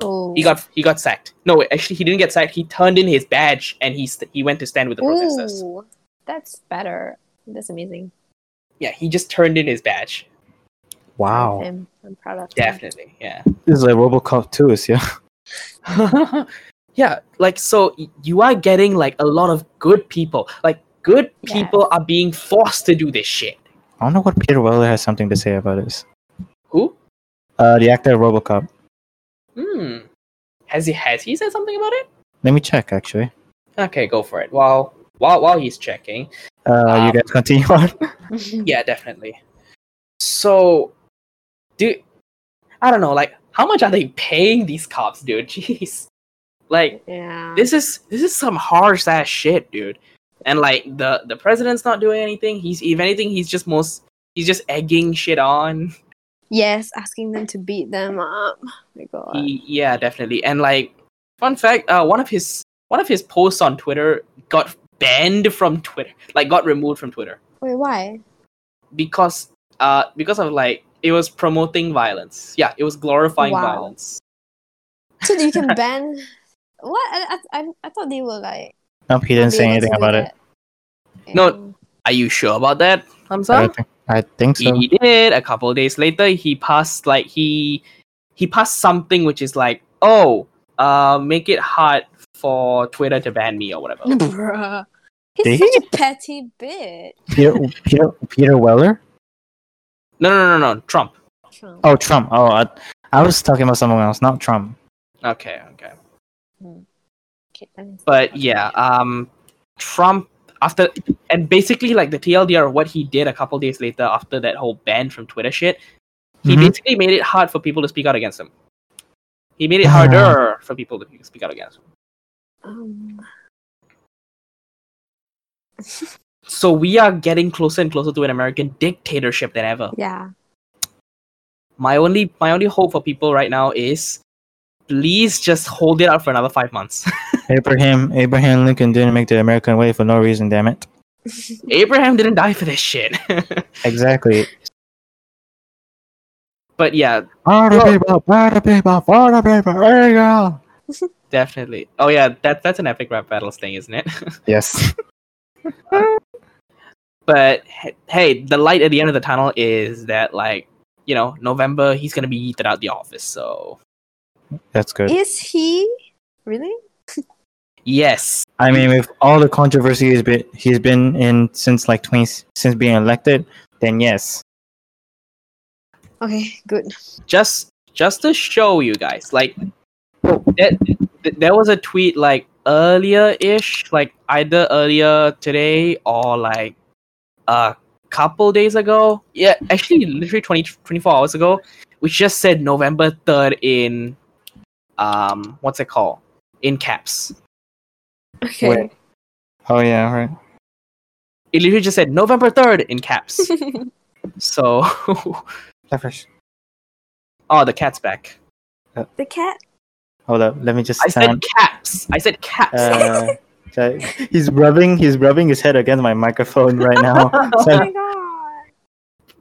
Speaker 3: Oh.
Speaker 1: He got he got sacked. No, wait, actually, he didn't get sacked. He turned in his badge and he st- he went to stand with the protesters.
Speaker 3: Ooh, that's better. That's amazing.
Speaker 1: Yeah, he just turned in his badge.
Speaker 3: Proud of
Speaker 2: Wow,
Speaker 3: him. I'm proud of him.
Speaker 1: Definitely, yeah.
Speaker 2: this is like RoboCop 2, is yeah.
Speaker 1: yeah, like so y- you are getting like a lot of good people. Like good people
Speaker 3: Yes.
Speaker 1: are being forced to do this shit.
Speaker 2: I wonder what Peter Weller has something to say about this.
Speaker 1: Who?
Speaker 2: Uh, the actor of RoboCop.
Speaker 1: Hmm. Has he has he said something about it?
Speaker 2: Let me check. Actually,
Speaker 1: Okay, go for it. While while while he's checking.
Speaker 2: uh, you
Speaker 1: Um,
Speaker 2: guys continue on.
Speaker 1: Yeah, definitely. So do I don't know, like how much are they paying these cops, dude? Jeez. Like
Speaker 3: yeah.
Speaker 1: this is this is some harsh ass shit, dude. And like the the president's not doing anything. He's if anything, he's just most he's just egging shit on.
Speaker 3: yes, asking them to beat them up. Oh my God.
Speaker 1: He, yeah, definitely. And like fun fact, uh, one of his one of his posts on Twitter got banned from Twitter, like got removed from Twitter
Speaker 3: Wait, why?
Speaker 1: because uh because of like it was promoting violence. Yeah, it was glorifying
Speaker 3: Wow.
Speaker 1: violence.
Speaker 3: So that you can ban. What? I, I, I, I thought they were like.
Speaker 2: Nope, he didn't say anything about it.
Speaker 1: No. Are you sure about that, Hamza?
Speaker 2: I don't think. I think so.
Speaker 1: he did a couple of days later he passed like he he passed something which is like oh uh make it hard for twitter to ban me or whatever
Speaker 3: Bruh. He's
Speaker 2: Did
Speaker 3: such a petty bitch.
Speaker 2: Peter, Peter, Peter Weller.
Speaker 1: no no no no no, trump
Speaker 3: Trump.
Speaker 2: Oh, Trump. Oh, I, I was talking about someone else, not Trump.
Speaker 1: okay okay
Speaker 3: Okay, let me see.
Speaker 1: but yeah um trump after and basically like the tldr what he did a couple of days later after that whole ban from twitter shit he
Speaker 2: Mhm.
Speaker 1: basically made it hard for people to speak out against him he made it harder for people to speak out against him
Speaker 3: Um,
Speaker 1: so we are getting closer and closer to an american dictatorship than ever
Speaker 3: yeah.
Speaker 1: my only my only hope for people right now is please just hold it out for another five months
Speaker 2: Abraham Abraham Lincoln didn't make the American way for no reason. Damn it.
Speaker 1: abraham didn't die for this shit
Speaker 2: Exactly.
Speaker 1: but yeah
Speaker 2: For the
Speaker 1: Well-
Speaker 2: people, for the people, for the people. There you go.
Speaker 1: definitely oh yeah that, that's an epic rap battles thing isn't it
Speaker 2: Yes.
Speaker 1: but he- hey the light at the end of the tunnel is that like you know november he's gonna be yeeted out the office so
Speaker 2: That's good.
Speaker 3: Is he really?
Speaker 1: yes
Speaker 2: I mean, with all the controversy he's been he's been in since like twenty since being elected, then yes.
Speaker 3: Okay, good.
Speaker 1: just just to show you guys like that, th- there was a tweet like earlier ish like either earlier today or like a couple days ago yeah actually literally 20, 24 hours ago which just said november 3rd in um what's it called in caps
Speaker 3: Okay.
Speaker 2: Wait. Oh yeah, right.
Speaker 1: it literally just said november 3rd in caps so
Speaker 2: Jeffers,
Speaker 1: oh the cat's back
Speaker 3: the cat.
Speaker 2: Hold up. Let me just.
Speaker 1: i
Speaker 2: stand.
Speaker 1: said caps i said caps
Speaker 2: Uh, so he's rubbing he's rubbing his head against my microphone right now.
Speaker 3: Oh
Speaker 2: So
Speaker 3: my god.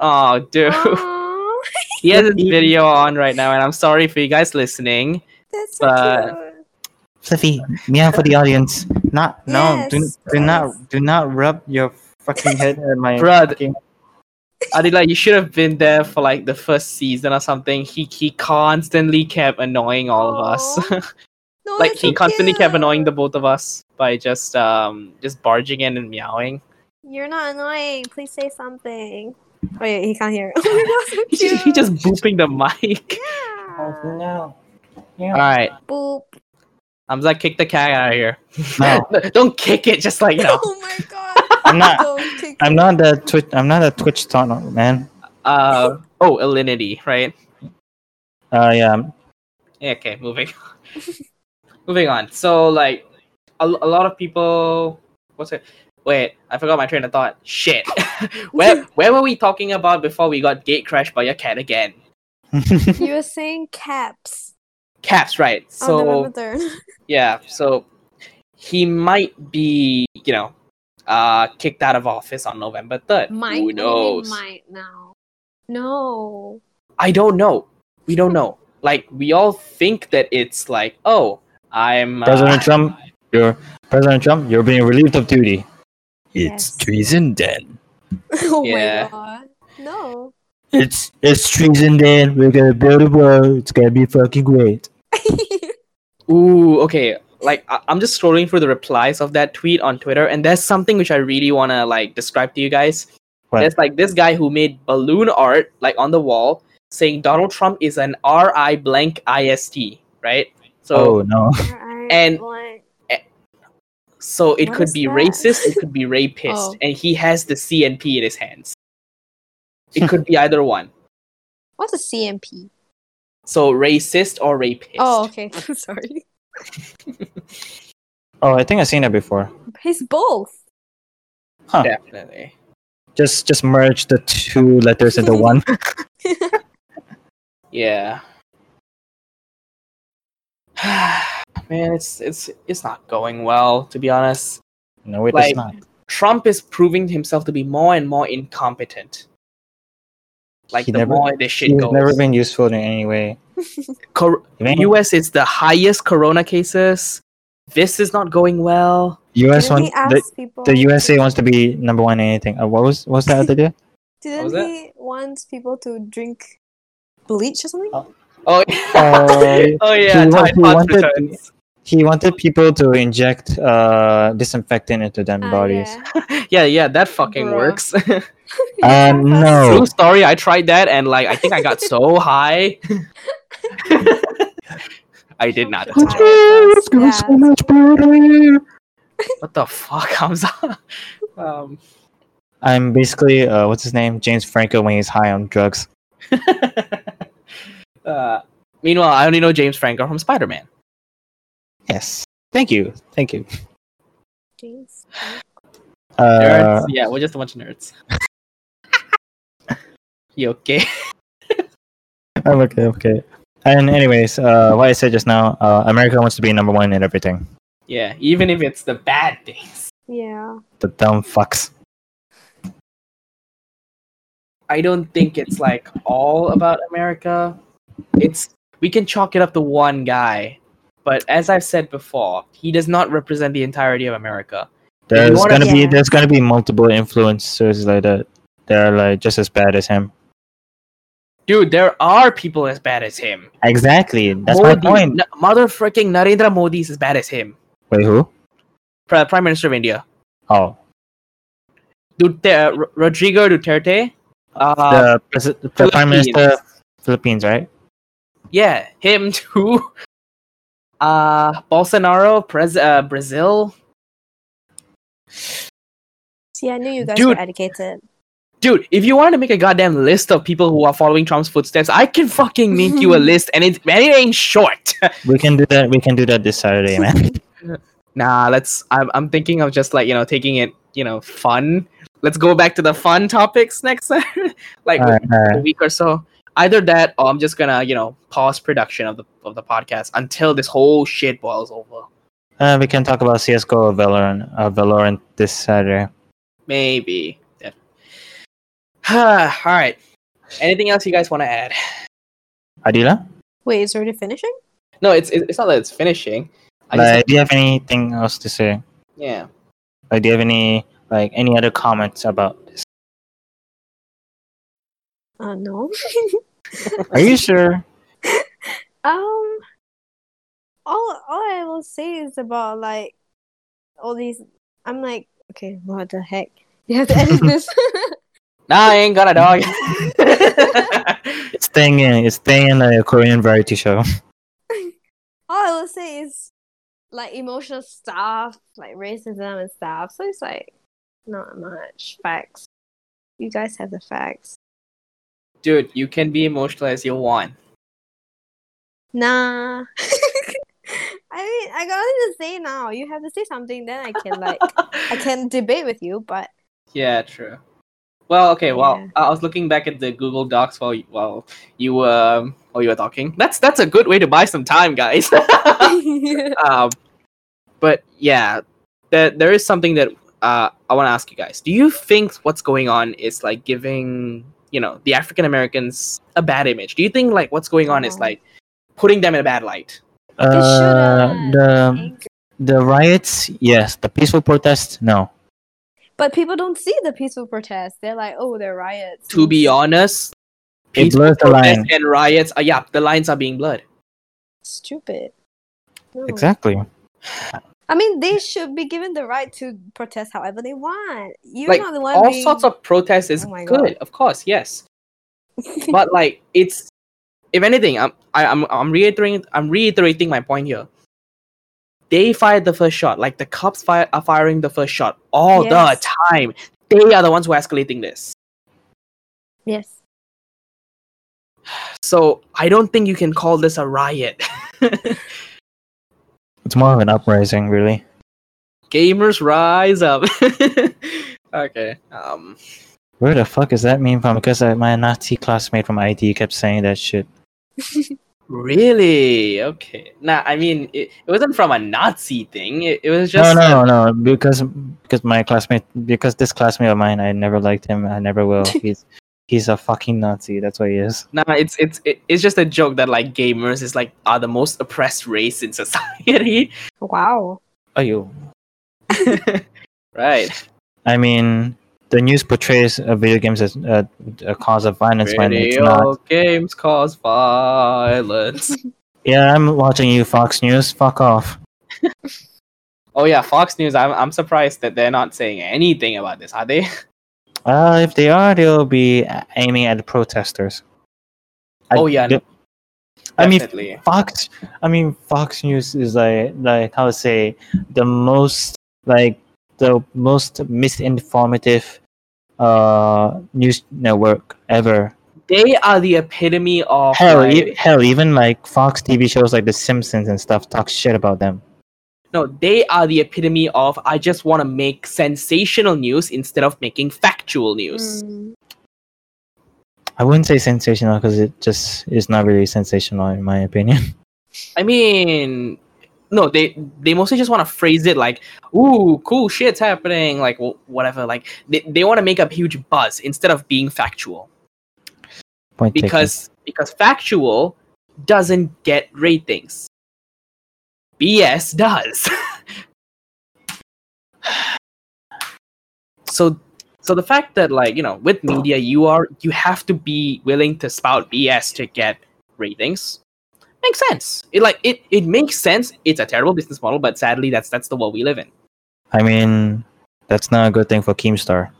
Speaker 1: oh dude
Speaker 3: Aw,
Speaker 1: he has his
Speaker 2: Fluffy.
Speaker 1: video on right now, and I'm sorry for you guys listening.
Speaker 3: that's so
Speaker 1: But-
Speaker 3: cute.
Speaker 2: Fluffy, meow for the audience. Not no, do,
Speaker 3: Yes,
Speaker 2: do
Speaker 3: yes.
Speaker 2: not do not rub your fucking head at my
Speaker 1: Bruh.
Speaker 2: fucking-
Speaker 1: Adila, you should have been there for like the first season or something. He he constantly kept annoying all of
Speaker 3: Aw.
Speaker 1: us.
Speaker 3: No,
Speaker 1: like
Speaker 3: that's
Speaker 1: he
Speaker 3: so
Speaker 1: constantly kept
Speaker 3: cute.
Speaker 1: annoying the both of us by just um just barging in and meowing.
Speaker 3: You're not annoying. Please say something. Wait, he can't hear. Oh my god, so
Speaker 1: He
Speaker 3: cute.
Speaker 1: just, he just booping the mic.
Speaker 3: Yeah.
Speaker 1: all right,
Speaker 3: Boop.
Speaker 1: I'm like kick the cat out of here.
Speaker 2: No.
Speaker 1: don't kick it. Just like you know.
Speaker 3: Oh my god.
Speaker 2: I'm not
Speaker 3: Don't kick
Speaker 2: I'm
Speaker 3: it.
Speaker 2: not that Twitch I'm not a Twitch tunnel, man.
Speaker 1: Uh, Oh, Alinity, right?
Speaker 2: Uh, yeah,
Speaker 1: Yeah, Okay, moving moving on. So like a, a lot of people what's it? Wait, I forgot my train of thought. Shit. where where were we talking about before we got gate crashed by a cat again?
Speaker 3: you were saying caps
Speaker 1: Caps, right.
Speaker 3: on
Speaker 1: So
Speaker 3: November third.
Speaker 1: yeah, so he might be, you know, uh kicked out of office on November 3rd.
Speaker 3: Might
Speaker 1: Who
Speaker 3: what do you mean
Speaker 1: knows?
Speaker 3: might now. No.
Speaker 1: I don't know. We don't know. Like we all think that it's like, oh, I'm uh,
Speaker 2: President Trump, you're President Trump, you're being relieved of duty.
Speaker 3: Yes.
Speaker 2: treason, then.
Speaker 3: oh
Speaker 1: Yeah.
Speaker 3: my god. No.
Speaker 2: It's it's treason, then. We're gonna build a wall. It's gonna be fucking great.
Speaker 1: Ooh, okay. Like I- I'm just scrolling through the replies of that tweet on Twitter, and there's something which I really wanna like describe to you guys.
Speaker 2: What?
Speaker 1: There's like this guy who made balloon art like on the wall saying Donald Trump is an R I blank I S T, right? So
Speaker 2: oh no!
Speaker 3: Alright,
Speaker 1: And-
Speaker 3: like-
Speaker 1: so it
Speaker 3: what
Speaker 1: could
Speaker 3: is
Speaker 1: be
Speaker 3: that?
Speaker 1: racist, it could be rapist,
Speaker 3: Oh.
Speaker 1: and he has the C and P in his hands. It could be either one.
Speaker 3: what's a CMP?
Speaker 1: So racist or rapist.
Speaker 3: Oh, okay. Sorry.
Speaker 2: Oh, I think I've seen that before.
Speaker 3: He's both.
Speaker 2: Huh.
Speaker 1: definitely.
Speaker 2: Just just merge the two letters into one.
Speaker 1: Yeah. Man, it's it's it's not going well to be honest.
Speaker 2: No, it
Speaker 1: Like-
Speaker 2: does not.
Speaker 1: Trump is proving himself to be more and more incompetent. Like
Speaker 2: He
Speaker 1: the
Speaker 2: never-
Speaker 1: more this shit
Speaker 2: He's
Speaker 1: goes.
Speaker 2: never been useful in any way.
Speaker 1: Cor-
Speaker 2: Even-
Speaker 1: U.S. is the highest corona cases. This is not going well.
Speaker 3: Didn't
Speaker 2: U.S. one,
Speaker 3: he ask
Speaker 2: the,
Speaker 3: people
Speaker 2: the USA wants to be number one in anything. Uh, what was what's that other day?
Speaker 1: What was
Speaker 3: Didn't
Speaker 1: that?
Speaker 3: he want people to drink bleach or something?
Speaker 2: Oh.
Speaker 1: Oh,
Speaker 2: Oh,
Speaker 1: oh yeah,
Speaker 2: he wa-
Speaker 1: Tide
Speaker 2: he
Speaker 1: Pods
Speaker 2: wanted-
Speaker 1: returns.
Speaker 2: He wanted people to inject uh, disinfectant into them
Speaker 3: Ah,
Speaker 2: bodies.
Speaker 3: yeah.
Speaker 1: Yeah, yeah, that fucking
Speaker 3: Bruh.
Speaker 1: works.
Speaker 2: Uh,
Speaker 3: Yeah,
Speaker 2: no.
Speaker 1: True story. I tried that, and like I think I got so high. I did not.
Speaker 3: Should
Speaker 1: That's
Speaker 3: try it first. Yeah.
Speaker 2: much better.
Speaker 1: What the fuck, Hamza? um,
Speaker 2: I'm basically uh, what's his name, James Franco, when he's high on drugs.
Speaker 1: uh, meanwhile, I only know James Franco from Spider Man.
Speaker 2: Yes, thank you, thank you.
Speaker 3: Jeez.
Speaker 2: Uh,
Speaker 1: Nerds. yeah, we're just a bunch of nerds. you okay?
Speaker 2: I'm okay, okay. And anyways, uh, what I said just now, uh, America wants to be number one in everything.
Speaker 1: Yeah, even if it's the bad things.
Speaker 3: Yeah.
Speaker 2: The dumb fucks.
Speaker 1: I don't think it's like all about America. It's we can chalk it up to one guy, but as I've said before, he does not represent the entirety of America.
Speaker 2: There's
Speaker 1: wanna-
Speaker 2: gonna be
Speaker 3: Yeah.
Speaker 2: there's gonna be multiple influencers like that. They're like just as bad as him.
Speaker 1: Dude, there are people as bad as him.
Speaker 2: Exactly. That's my
Speaker 1: Modi-
Speaker 2: point.
Speaker 1: N- mother freaking Narendra Modi is as bad as him.
Speaker 2: Wait, who?
Speaker 1: Pri- Prime Minister of India.
Speaker 2: Oh,
Speaker 1: Duterte, R- Rodrigo Duterte. Uh,
Speaker 2: the, pres- the prime minister, Philippines, right?
Speaker 1: yeah, him too. Uh, Bolsonaro, pres- uh, Brazil.
Speaker 3: See, I knew you guys
Speaker 1: Dude.
Speaker 3: were educated.
Speaker 1: Dude, if you want to make a goddamn list of people who are following Trump's footsteps, I can fucking make you a list, and it and it ain't short.
Speaker 2: We can do that. We can do that this Saturday, man.
Speaker 1: nah, let's. I'm I'm thinking of just like you know taking it you know fun. Let's go back to the fun topics next, like
Speaker 2: All right, all right.
Speaker 1: a week or so. Either that, or I'm just gonna you know pause production of the of the podcast until this whole shit boils over.
Speaker 2: Uh, we can talk about CS:GO or Valorant, uh, Valorant this Saturday.
Speaker 1: Maybe. Def- All right. Anything else you guys want to add?
Speaker 2: Adila,
Speaker 3: Wait, it's already finishing?
Speaker 1: No, it's it's it's not that it's finishing. I just,
Speaker 2: like, do you have anything else to say?
Speaker 1: yeah.
Speaker 2: Like, do you have any like any other comments about this?
Speaker 3: Uh, no.
Speaker 2: Are you sure?
Speaker 3: Um, all all I will say is about like all these. I'm like, okay, what the heck? You have to edit this.
Speaker 1: Nah, I ain't gonna dog.
Speaker 2: It's staying in. It's staying in like, a Korean variety show.
Speaker 3: all I will say is like emotional stuff, like racism and stuff. So it's like not much facts. You guys have the facts.
Speaker 1: dude, you can be emotional as you want.
Speaker 3: Nah. I mean, I got nothing to say now. You have to say something, then I can like I can debate with you. But
Speaker 1: Yeah, true. Well, okay. Well,
Speaker 3: Yeah.
Speaker 1: I I was looking back at the Google Docs while you, while you were while you were talking. That's that's a good way to buy some time, guys. um, but yeah, there, there is something that uh, I want to ask you guys. Do you think what's going on is like giving you know the African Americans a bad image? Do you think like what's going on is
Speaker 3: Oh.
Speaker 1: like putting them in a bad light?
Speaker 2: Uh, the the riots, yes. The peaceful protests, no.
Speaker 3: But people don't see the peaceful protests. They're like, oh, they're riots.
Speaker 1: To be honest,
Speaker 2: It
Speaker 1: peaceful
Speaker 2: blurs the
Speaker 1: protests
Speaker 2: line.
Speaker 1: and riots. Uh, yeah, the lines are being blurred.
Speaker 3: stupid. No.
Speaker 2: Exactly.
Speaker 3: I mean, they should be given the right to protest however they want. You're
Speaker 1: Like,
Speaker 3: not the one.
Speaker 1: All
Speaker 3: being-
Speaker 1: sorts of protests is
Speaker 3: Oh my God.
Speaker 1: good, of course. Yes. but like it's if anything i'm I, i'm i'm reiterating i'm reiterating my point here they fired the first shot like the cops fire, are firing the first shot all
Speaker 3: Yes.
Speaker 1: the time they are the ones who are escalating this
Speaker 3: yes.
Speaker 1: so i don't think you can call this a riot
Speaker 2: It's more of an uprising, really.
Speaker 1: gamers rise up okay um
Speaker 2: Where the fuck is that meme from? Because I, my Nazi classmate from IT kept saying that shit.
Speaker 1: really okay nah i mean it, it wasn't from a nazi thing it, it was
Speaker 2: No,
Speaker 1: just a-
Speaker 2: no, no, no. Because because my classmate, because this classmate of mine, I never liked him. I never will. he's he's a fucking Nazi. That's what he is.
Speaker 1: Nah, it's it's it- it's just a joke that like gamers is like are the most oppressed race in society,
Speaker 3: Wow.
Speaker 2: Are you?
Speaker 1: right?
Speaker 2: I mean, the news portrays uh, video games as uh, a cause of violence when it's
Speaker 1: Video
Speaker 2: not.
Speaker 1: games cause violence.
Speaker 2: Yeah, I'm watching you, Fox News. Fuck off.
Speaker 1: oh yeah, Fox News. I'm I'm surprised that they're not saying anything about this, are they?
Speaker 2: Uh, if they are, they'll be a- aiming at the protesters.
Speaker 1: Oh, yeah,
Speaker 2: the- I mean,
Speaker 1: Definitely.
Speaker 2: Fox. I mean, Fox News is like like how to say the most like the most misinformative uh news network ever.
Speaker 1: They are the epitome of
Speaker 2: Hell,
Speaker 1: like-
Speaker 2: e- hell, even like Fox TV shows like The Simpsons and stuff talk shit about them.
Speaker 1: no, they are the epitome of I just want to make sensational news instead of making factual news.
Speaker 3: Mm.
Speaker 2: I wouldn't say sensational because it just is not really sensational in my opinion.
Speaker 1: I mean, no, they they mostly just want to phrase it like, "Ooh, cool shit's happening," like wh- whatever. Like they, they want to make up huge buzz instead of being factual
Speaker 2: Point taken.
Speaker 1: because because factual doesn't get ratings. BS does. so so the fact that like you know with media you are you have to be willing to spout BS to get ratings makes sense. It like it it makes sense. It's a terrible business model, but sadly that's that's the world we live in.
Speaker 2: I mean, that's not a good thing for Keemstar.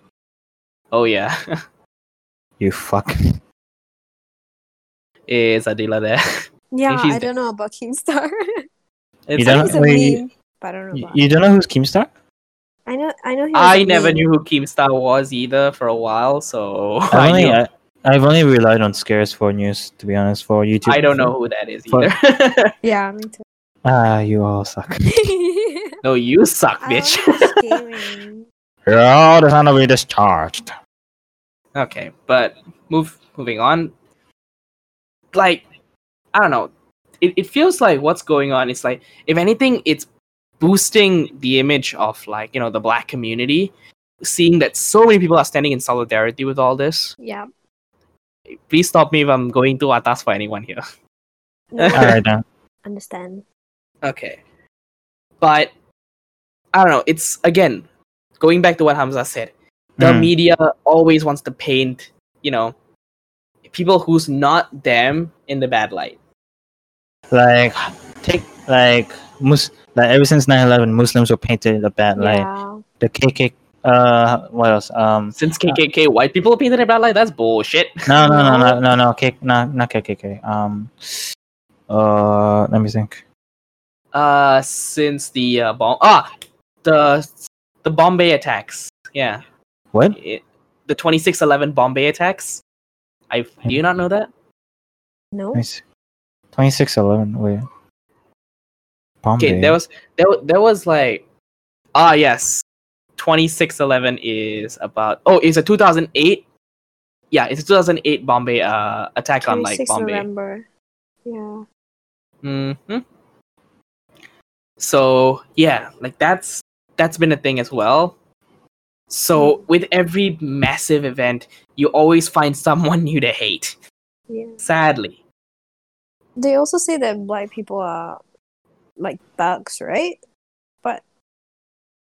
Speaker 1: Oh yeah,
Speaker 2: You fuck.
Speaker 1: is a dealer there.
Speaker 3: Yeah,
Speaker 1: she's
Speaker 3: I
Speaker 1: dead.
Speaker 3: don't know about Keemstar.
Speaker 1: It's
Speaker 2: don't-
Speaker 1: like-
Speaker 3: He's a
Speaker 2: wait,
Speaker 3: meme, but I don't know
Speaker 2: You,
Speaker 3: about.
Speaker 2: you don't know who's Keemstar?
Speaker 3: I know. I know. He was
Speaker 1: I
Speaker 3: a
Speaker 1: never
Speaker 3: meme.
Speaker 1: knew who Keemstar was either for a while, so
Speaker 2: I've
Speaker 1: I,
Speaker 2: only,
Speaker 1: knew-
Speaker 2: I, I've only relied on scares for news, to be honest, for YouTube.
Speaker 1: I don't know who that is
Speaker 2: for-
Speaker 1: either.
Speaker 3: Yeah, me too.
Speaker 2: Ah, you all suck.
Speaker 1: no, you suck,
Speaker 3: I
Speaker 1: bitch.
Speaker 3: watch gaming.
Speaker 2: You're all the son of a discharged.
Speaker 1: okay, but move moving on. Like, I don't know. It it feels like what's going on is like, if anything, it's boosting the image of like you know the black community. Seeing that so many people are standing in solidarity with all this,
Speaker 3: Yeah.
Speaker 1: please stop me if I'm going to atas for anyone here.
Speaker 3: No,
Speaker 2: all right, now.
Speaker 3: understand.
Speaker 1: Okay. But I don't know, it's again going back to what Hamza said. The
Speaker 2: Mm.
Speaker 1: media always wants to paint, you know, people who's not them in the bad light.
Speaker 2: Hmm. Like, take, like, mus- like, ever since 9 11, Muslims were painted in a bad light.
Speaker 3: Yeah.
Speaker 2: The KK, uh, what else? Um,
Speaker 1: Since KKK white people are painted in a bad light, that's bullshit.
Speaker 2: no, no, no, no, no, no, K- no, not KKK. Um, uh, let me think.
Speaker 1: Uh since the uh, bomb ah the the Bombay attacks. Yeah.
Speaker 2: What?
Speaker 1: It, the 2611 Bombay attacks. I do you not know that?
Speaker 3: No.
Speaker 2: Twenty six eleven. Wait. Palm
Speaker 1: Okay,
Speaker 2: Day.
Speaker 1: there was there wa- there was like ah yes, twenty six eleven is about oh it's a two thousand eight. Yeah, it's a two thousand eight Bombay uh attack on like
Speaker 3: 26
Speaker 1: Bombay.
Speaker 3: November. Yeah.
Speaker 1: hmm Mm-hmm. So yeah, like that's that's been a thing as well. So with every massive event, you always find someone new to hate.
Speaker 3: Yeah.
Speaker 1: Sadly,
Speaker 3: They also say that black people are like thugs, right? But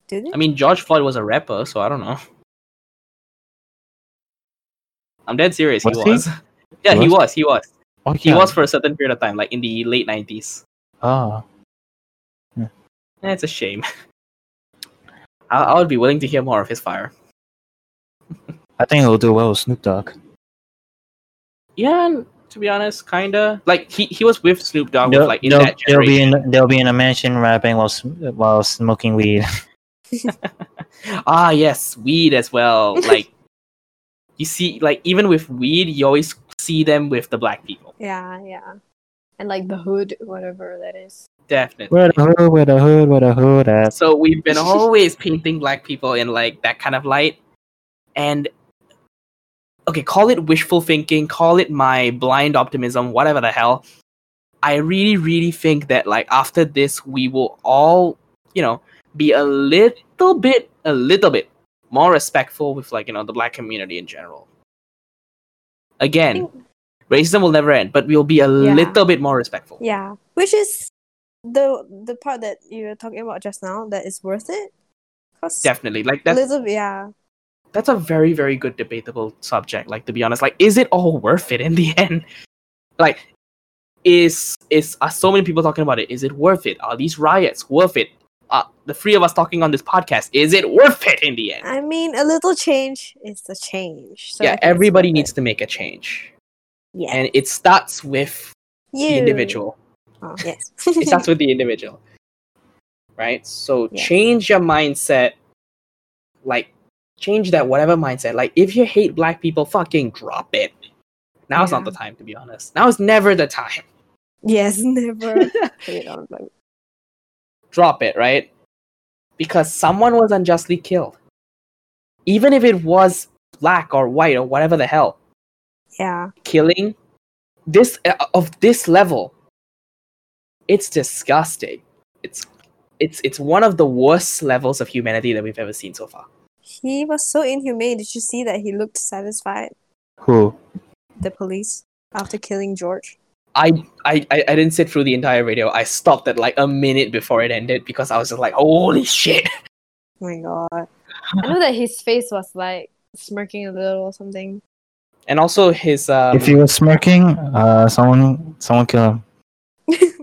Speaker 3: do they?
Speaker 1: I mean George Floyd was a rapper, so I don't know. I'm dead serious. He
Speaker 2: Was he?
Speaker 1: was. Yeah, he was.
Speaker 2: Was?
Speaker 1: He was.
Speaker 2: oh,
Speaker 1: He
Speaker 2: yeah.
Speaker 1: was for a certain period of time, like in the late nineties.
Speaker 2: Oh.
Speaker 1: That's a shame. I, I would be willing to hear more of his fire.
Speaker 2: I think it'll do well with Snoop Dogg.
Speaker 1: Yeah, and to be honest, kinda. Like he, he was with Snoop Dogg, with,
Speaker 2: They'll,
Speaker 1: like in
Speaker 2: they'll-
Speaker 1: that
Speaker 2: they'll be
Speaker 1: generation.
Speaker 2: in they'll be in a mansion rapping while sm- while smoking weed.
Speaker 1: Ah, yes, weed as well. like you see, like even with weed, you always see them with the black people.
Speaker 3: Yeah, yeah. And like the hood, whatever that is.
Speaker 1: Definitely.
Speaker 2: Where the hood? Where the hood? Where the hood at?
Speaker 1: So we've been always painting black people in like that kind of light. And okay, call it wishful thinking, call it my blind optimism, whatever the hell. I really, really think that like after this we will all, you know, be a little bit, a little bit more respectful with like, you know, the black community in general. Again, racism will never end, but we'll be a
Speaker 3: Yeah.
Speaker 1: little bit more respectful.
Speaker 3: Yeah. Which is the the part that you were talking about just now that is worth it. Cause
Speaker 1: Definitely. Like that's
Speaker 3: little bit, yeah.
Speaker 1: that's a very very good debatable subject like to be honest like is it all worth it in the end like is is are so many people talking about it is it worth it are these riots worth it are the three of us talking on this podcast is it worth it in the end
Speaker 3: I mean, a little change is the change. So I
Speaker 1: yeah
Speaker 3: think it's
Speaker 1: everybody
Speaker 3: worth
Speaker 1: needs
Speaker 3: it.
Speaker 1: to make a change
Speaker 3: yeah.
Speaker 1: and it starts with the
Speaker 3: You.
Speaker 1: individual
Speaker 3: Oh, yes.
Speaker 1: it starts with the individual right so
Speaker 3: Yeah.
Speaker 1: change your mindset like change that whatever mindset like if you hate black people fucking drop it now's not
Speaker 3: Yeah.
Speaker 1: the time to be honest now is never the time
Speaker 3: yes, never. Wait, I'm like-
Speaker 1: drop it right because someone was unjustly killed even if it was black or white or whatever the hell
Speaker 3: yeah.
Speaker 1: killing this uh, of this level it's disgusting it's it's it's one of the worst levels of humanity that we've ever seen so far
Speaker 3: He was so inhumane. Did you see that he looked satisfied?
Speaker 2: Who?
Speaker 3: The police after killing George.
Speaker 1: I, I i I didn't sit through the entire video i stopped at like a minute before it ended because i was just like holy shit
Speaker 3: Oh my god. I know that his face was like smirking a little or something.
Speaker 1: and also his um,
Speaker 2: if he was smirking, uh, someone someone kill him.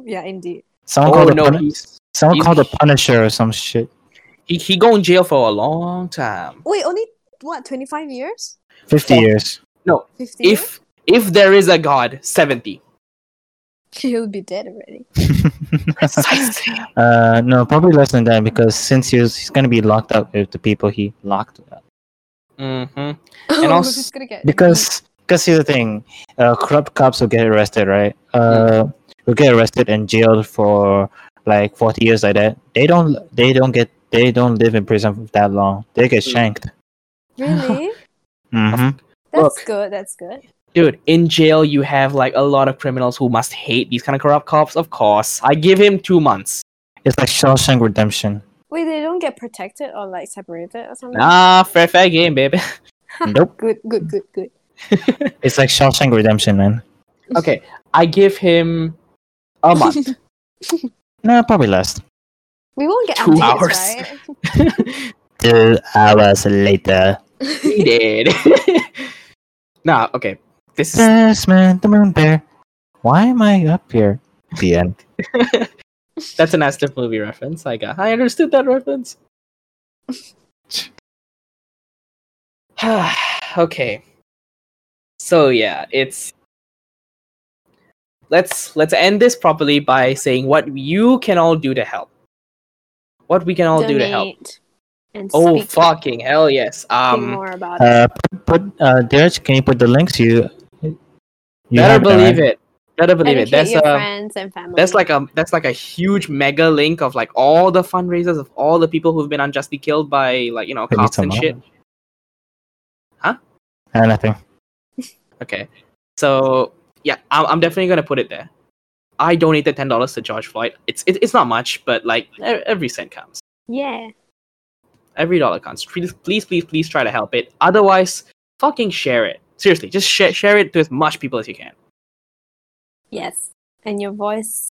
Speaker 3: yeah, indeed.
Speaker 1: oh
Speaker 2: Someone called
Speaker 1: no
Speaker 2: the puni-
Speaker 1: he's,
Speaker 2: someone
Speaker 1: he's-
Speaker 2: called the Punisher or some shit.
Speaker 1: he he go in jail for a long time
Speaker 3: Wait, only what? Twenty five years?
Speaker 1: Oh.
Speaker 2: Fifty years.
Speaker 1: no
Speaker 3: Fifty? years?
Speaker 1: if if there is a god 70
Speaker 3: he'll be dead already.
Speaker 1: precisely
Speaker 2: uh, no, probably less than that because since he was, he's gonna be locked up with the people he locked up.
Speaker 1: hmm
Speaker 3: And
Speaker 1: also-
Speaker 3: Oh, he's gonna get
Speaker 2: Because because here's the thing, uh, corrupt cops will get arrested, right? Uh, will get arrested and jailed for like forty years like that. They don't they don't get they don't live in prison for that long. They get
Speaker 1: Mm.
Speaker 2: shanked.
Speaker 3: really.
Speaker 2: hmm
Speaker 3: That's
Speaker 1: Look.
Speaker 3: good. That's good.
Speaker 1: Dude, in jail, you have like a lot of criminals who must hate these kind of corrupt cops. Of course, I give him two months.
Speaker 2: It's like Shawshank Redemption.
Speaker 3: Wait, they don't get protected or like separated or something.
Speaker 1: Nah, fair fair game, baby.
Speaker 2: nope.
Speaker 3: Good, good, good, good.
Speaker 2: It's like Shawshank Redemption, man.
Speaker 1: Okay, I give him a month.
Speaker 2: No, probably less.
Speaker 3: We won't get
Speaker 1: Two
Speaker 3: updates,
Speaker 1: hours.
Speaker 3: right?
Speaker 2: Two hours later.
Speaker 1: he did. nah, okay. This is
Speaker 2: This man, the moon bear. Why am I up here? The end.
Speaker 1: that's an Aston movie reference. I got. I understood that reference. okay. So yeah, it's let's let's end this properly by saying what you can all do to help. What we can all do to help.
Speaker 3: Donate And
Speaker 1: Oh
Speaker 3: speak
Speaker 1: fucking hell yes.
Speaker 3: something
Speaker 1: Um
Speaker 3: more about it.
Speaker 2: Uh, put, put uh, Derek, can you put the links you You
Speaker 1: Better
Speaker 2: have that,
Speaker 1: believe
Speaker 2: right?
Speaker 1: it. Better believe it.
Speaker 3: Educate
Speaker 1: That's um,
Speaker 3: your
Speaker 1: a
Speaker 3: friends and family.
Speaker 1: that's like a that's like a huge mega link of like all the fundraisers of all the people who've been unjustly killed by like you know
Speaker 2: Wait,
Speaker 1: cops
Speaker 2: it's a
Speaker 1: and
Speaker 2: mom?
Speaker 1: shit.
Speaker 2: Ah, nothing.
Speaker 1: Okay, so yeah, I'm, I'm definitely gonna put it there. I donated ten dollars to George Floyd. It's it, it's not much, but like e- every cent counts.
Speaker 3: yeah.
Speaker 1: Every dollar counts. Please, please, please, please try to help it. Otherwise, fucking share it. Seriously, just share share it to as much people as you can.
Speaker 3: Yes. And your voice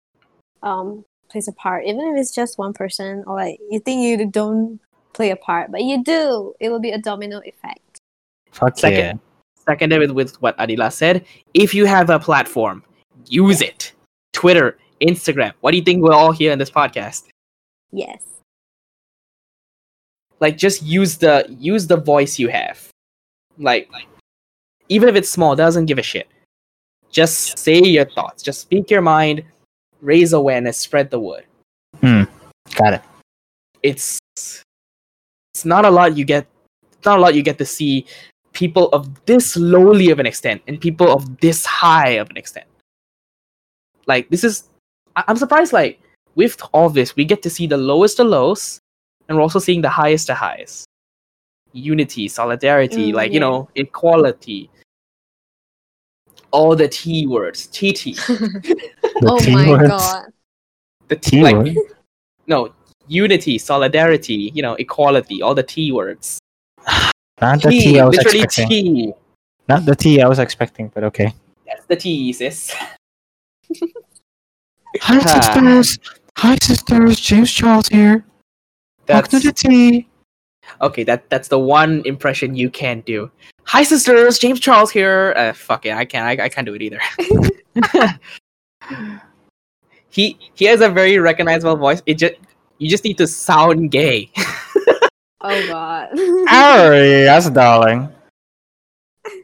Speaker 3: um plays a part. Even if it's just one person or like you think you don't play a part, but you do. It will be a domino effect.
Speaker 2: Fuck
Speaker 1: Second.
Speaker 2: yeah.
Speaker 1: Seconded with, with what Adila said. If you have a platform, use it. Twitter, Instagram. What do you think we're all here in this podcast?
Speaker 3: Yes.
Speaker 1: Like just use the use the voice you have. Like, like even if it's small, doesn't give a shit. Just say your thoughts. Just speak your mind. Raise awareness. Spread the word.
Speaker 2: Hmm. Got it.
Speaker 1: it's it's not a lot you get it's not a lot you get to see people of this lowly of an extent and people of this high of an extent like this is I- i'm surprised like with all this we get to see the lowest of lows and we're also seeing the highest of highs unity solidarity
Speaker 3: Mm,
Speaker 1: like
Speaker 3: yeah.
Speaker 1: you know equality all the t words tt
Speaker 2: The
Speaker 3: oh
Speaker 2: T
Speaker 3: my
Speaker 2: words.
Speaker 3: god.
Speaker 1: the t,
Speaker 2: T
Speaker 1: like
Speaker 2: word.
Speaker 1: no unity solidarity you know equality all the t words
Speaker 2: Not the
Speaker 1: tea,
Speaker 2: T I was
Speaker 1: literally
Speaker 2: expecting.
Speaker 1: tea.
Speaker 2: Not the T I was expecting, but okay.
Speaker 1: That's the tea, sis.
Speaker 4: Hi, sisters. Hi, sisters. James Charles here.
Speaker 1: That's
Speaker 4: Welcome to the tea.
Speaker 1: okay. That that's the one impression you can do. Hi, sisters. James Charles here. Uh, fuck it, I can't. I, I can't do it either. he he has a very recognizable voice. It just you just need to sound gay.
Speaker 3: Oh god.
Speaker 2: Oh, yes, darling.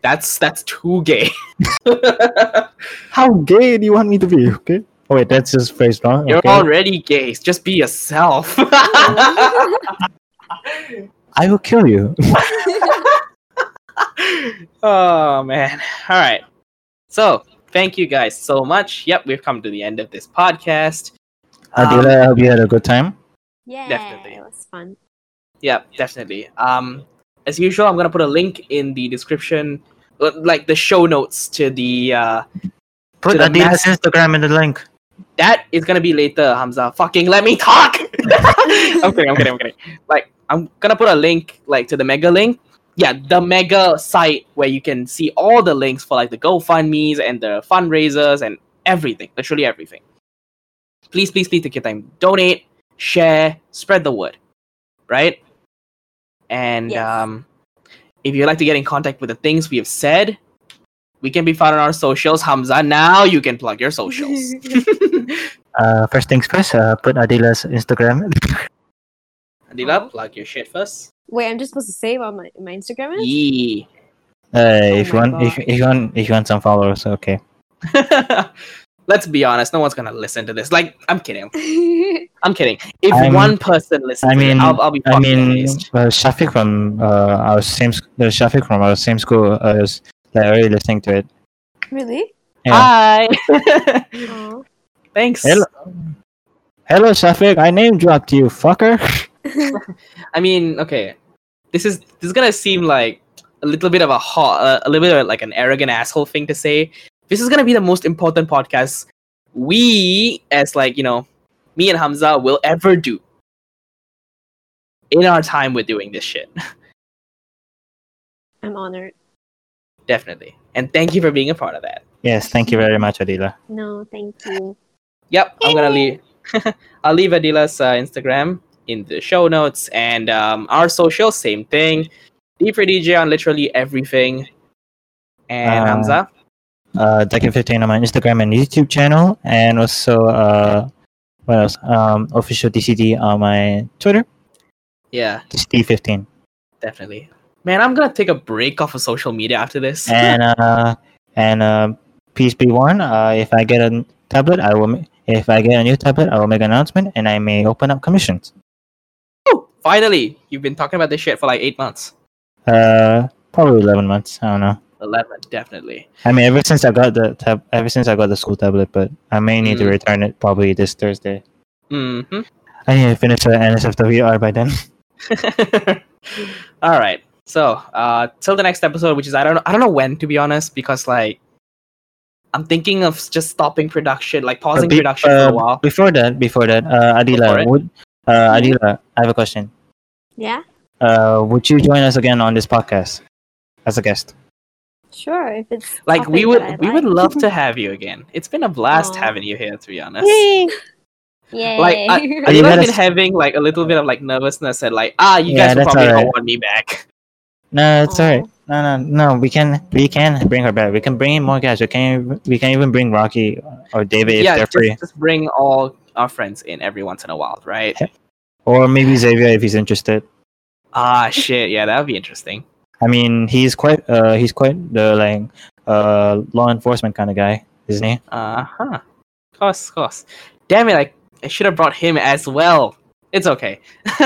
Speaker 1: That's that's too gay.
Speaker 2: How gay do you want me to be? Okay. Oh, wait, that's just phrase wrong.
Speaker 1: You're
Speaker 2: okay.
Speaker 1: already gay. Just be yourself.
Speaker 2: I will kill you.
Speaker 1: oh man all right so thank you guys so much yep we've come to the end of this podcast Um,
Speaker 2: Adela, I hope you had a good time.
Speaker 3: yeah.
Speaker 1: Definitely.
Speaker 3: It was fun.
Speaker 1: yeah definitely um as usual i'm gonna put a link in the description uh, like the show notes to the uh
Speaker 2: Put
Speaker 1: the
Speaker 2: Adela's
Speaker 1: mass-
Speaker 2: Instagram in the link.
Speaker 1: that is gonna be later hamza fucking let me talk i'm kidding i'm kidding i'm kidding like i'm gonna put a link like to the mega link yeah the mega site where you can see all the links for like the gofundme's and the fundraisers and everything literally everything please please please take your time donate share spread the word right and
Speaker 3: Yes.
Speaker 1: um if you'd like to get in contact with the things we have said we can be found on our socials hamza now you can plug your socials
Speaker 2: Uh, first things first, uh, put Adela's Instagram.
Speaker 1: Adila, plug your shit first.
Speaker 3: Wait, I'm just supposed to say what my, my Instagram is?
Speaker 1: Yee.
Speaker 2: Uh, if you
Speaker 3: Oh my
Speaker 2: want, if,
Speaker 3: God.
Speaker 2: if you want, if you want some followers, okay.
Speaker 1: Let's be honest, no one's gonna listen to this. Like, I'm kidding. I'm kidding. If
Speaker 2: I'm-
Speaker 1: one person listens,
Speaker 2: I
Speaker 1: to it,
Speaker 2: mean-
Speaker 1: I'll, I'll be.
Speaker 2: I
Speaker 1: fucking
Speaker 2: mean,
Speaker 1: amazed.
Speaker 2: uh, Shafiq from uh, our same, sc- uh, Shafiq from our same school uh, is like, already listening to it.
Speaker 3: really?
Speaker 2: Yeah.
Speaker 1: hi.
Speaker 3: Oh.
Speaker 1: Thanks.
Speaker 2: Hello. Hello, Shafiq. I name dropped you, fucker.
Speaker 1: I mean, okay, this is this is gonna seem like a little bit of a hot, uh, a little bit of like an arrogant asshole thing to say. This is gonna be the most important podcast we, as like you know, me and Hamza will ever do in our time with doing this shit.
Speaker 3: I'm honored.
Speaker 1: Definitely. And thank you for being a part of that.
Speaker 2: Yes, thank you very much, Adila.
Speaker 3: No, thank you.
Speaker 1: Yep, I'm gonna leave. I'll leave Adila's uh, Instagram in the show notes and um, our social, same thing. Deep for DJ on literally everything. And
Speaker 2: Uh,
Speaker 1: Hamza.
Speaker 2: uh, Jacket 15 on my Instagram and YouTube channel, and also uh, what else? Um, official DCD on my Twitter,
Speaker 1: Yeah,
Speaker 2: DCD 15,
Speaker 1: definitely. Man, I'm gonna take a break off of social media after this.
Speaker 2: and uh, and uh, peace be warned. Uh, if I get a tablet, I will. ma- If I get a new tablet, I will make an announcement, and I may open up commissions.
Speaker 1: Woo! Finally, you've been talking about this shit for like eight months.
Speaker 2: Uh, probably 11 months. I don't know.
Speaker 1: 11, definitely.
Speaker 2: I mean, ever since I got the tab- ever since I got the school tablet, but I may need to
Speaker 1: Mm.
Speaker 2: return it probably this Thursday.
Speaker 1: hmm
Speaker 2: I need to finish the NSFWR by then.
Speaker 1: All right. So, uh, till the next episode, which is I don't know, I don't know when to be honest, because like I'm thinking of just stopping production, like pausing
Speaker 2: But be-
Speaker 1: production
Speaker 2: uh,
Speaker 1: for a while.
Speaker 2: Before that, before that, uh,
Speaker 1: Go for
Speaker 2: Adila,
Speaker 1: it.
Speaker 2: would uh, Adila, I have a question.
Speaker 3: Yeah,
Speaker 2: Uh, would you join us again on this podcast as a guest?
Speaker 3: sure. If it's
Speaker 1: Like we
Speaker 3: topic
Speaker 1: would
Speaker 3: that I
Speaker 1: we would
Speaker 3: like.
Speaker 1: love to have you again. It's been a blast
Speaker 3: Aw.
Speaker 1: having you here, to be honest.
Speaker 3: Yay! Yay!
Speaker 1: I-
Speaker 2: Are you
Speaker 1: I've
Speaker 2: gonna
Speaker 1: been
Speaker 2: s-
Speaker 1: having like a little bit of like nervousness and like ah, you guys
Speaker 2: Yeah,
Speaker 1: will
Speaker 2: that's
Speaker 1: probably
Speaker 2: all
Speaker 1: don't
Speaker 2: right.
Speaker 1: want me back.
Speaker 2: No, it's
Speaker 3: Aw.
Speaker 2: alright. No, no, no. We can, we can bring her back. We can bring in more guys. We can, we can even bring Rocky or David if
Speaker 1: yeah,
Speaker 2: they're
Speaker 1: just,
Speaker 2: free,
Speaker 1: just bring all our friends in every once in a while, right?
Speaker 2: or maybe Xavier if he's interested.
Speaker 1: Ah, shit, yeah, that would be interesting.
Speaker 2: I mean, he's quite, uh, he's quite the like, uh, law enforcement kind of guy, isn't he?
Speaker 1: Uh huh. Course, course. Damn it! I, I should have brought him as well. It's okay.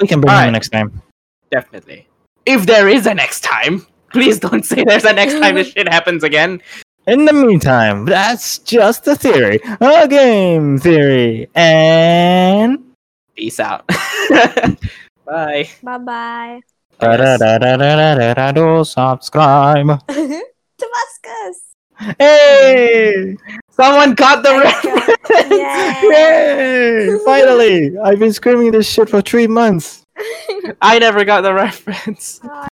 Speaker 2: We can bring him
Speaker 1: Alright.
Speaker 2: next time.
Speaker 1: Definitely. If there is a next time, please don't say there's a next time this shit happens again.
Speaker 2: In the meantime, that's just a theory, a game theory, and.
Speaker 1: Peace out. Bye.
Speaker 3: Bye bye.
Speaker 2: Da-da-da-da-da-da-da-do, subscribe.
Speaker 3: Damascus.
Speaker 2: Hey!
Speaker 1: Someone got the
Speaker 3: Thank you.
Speaker 1: reference.
Speaker 2: Yay! Finally! I've been screaming this shit for three months.
Speaker 1: I never got the reference.
Speaker 3: Yay.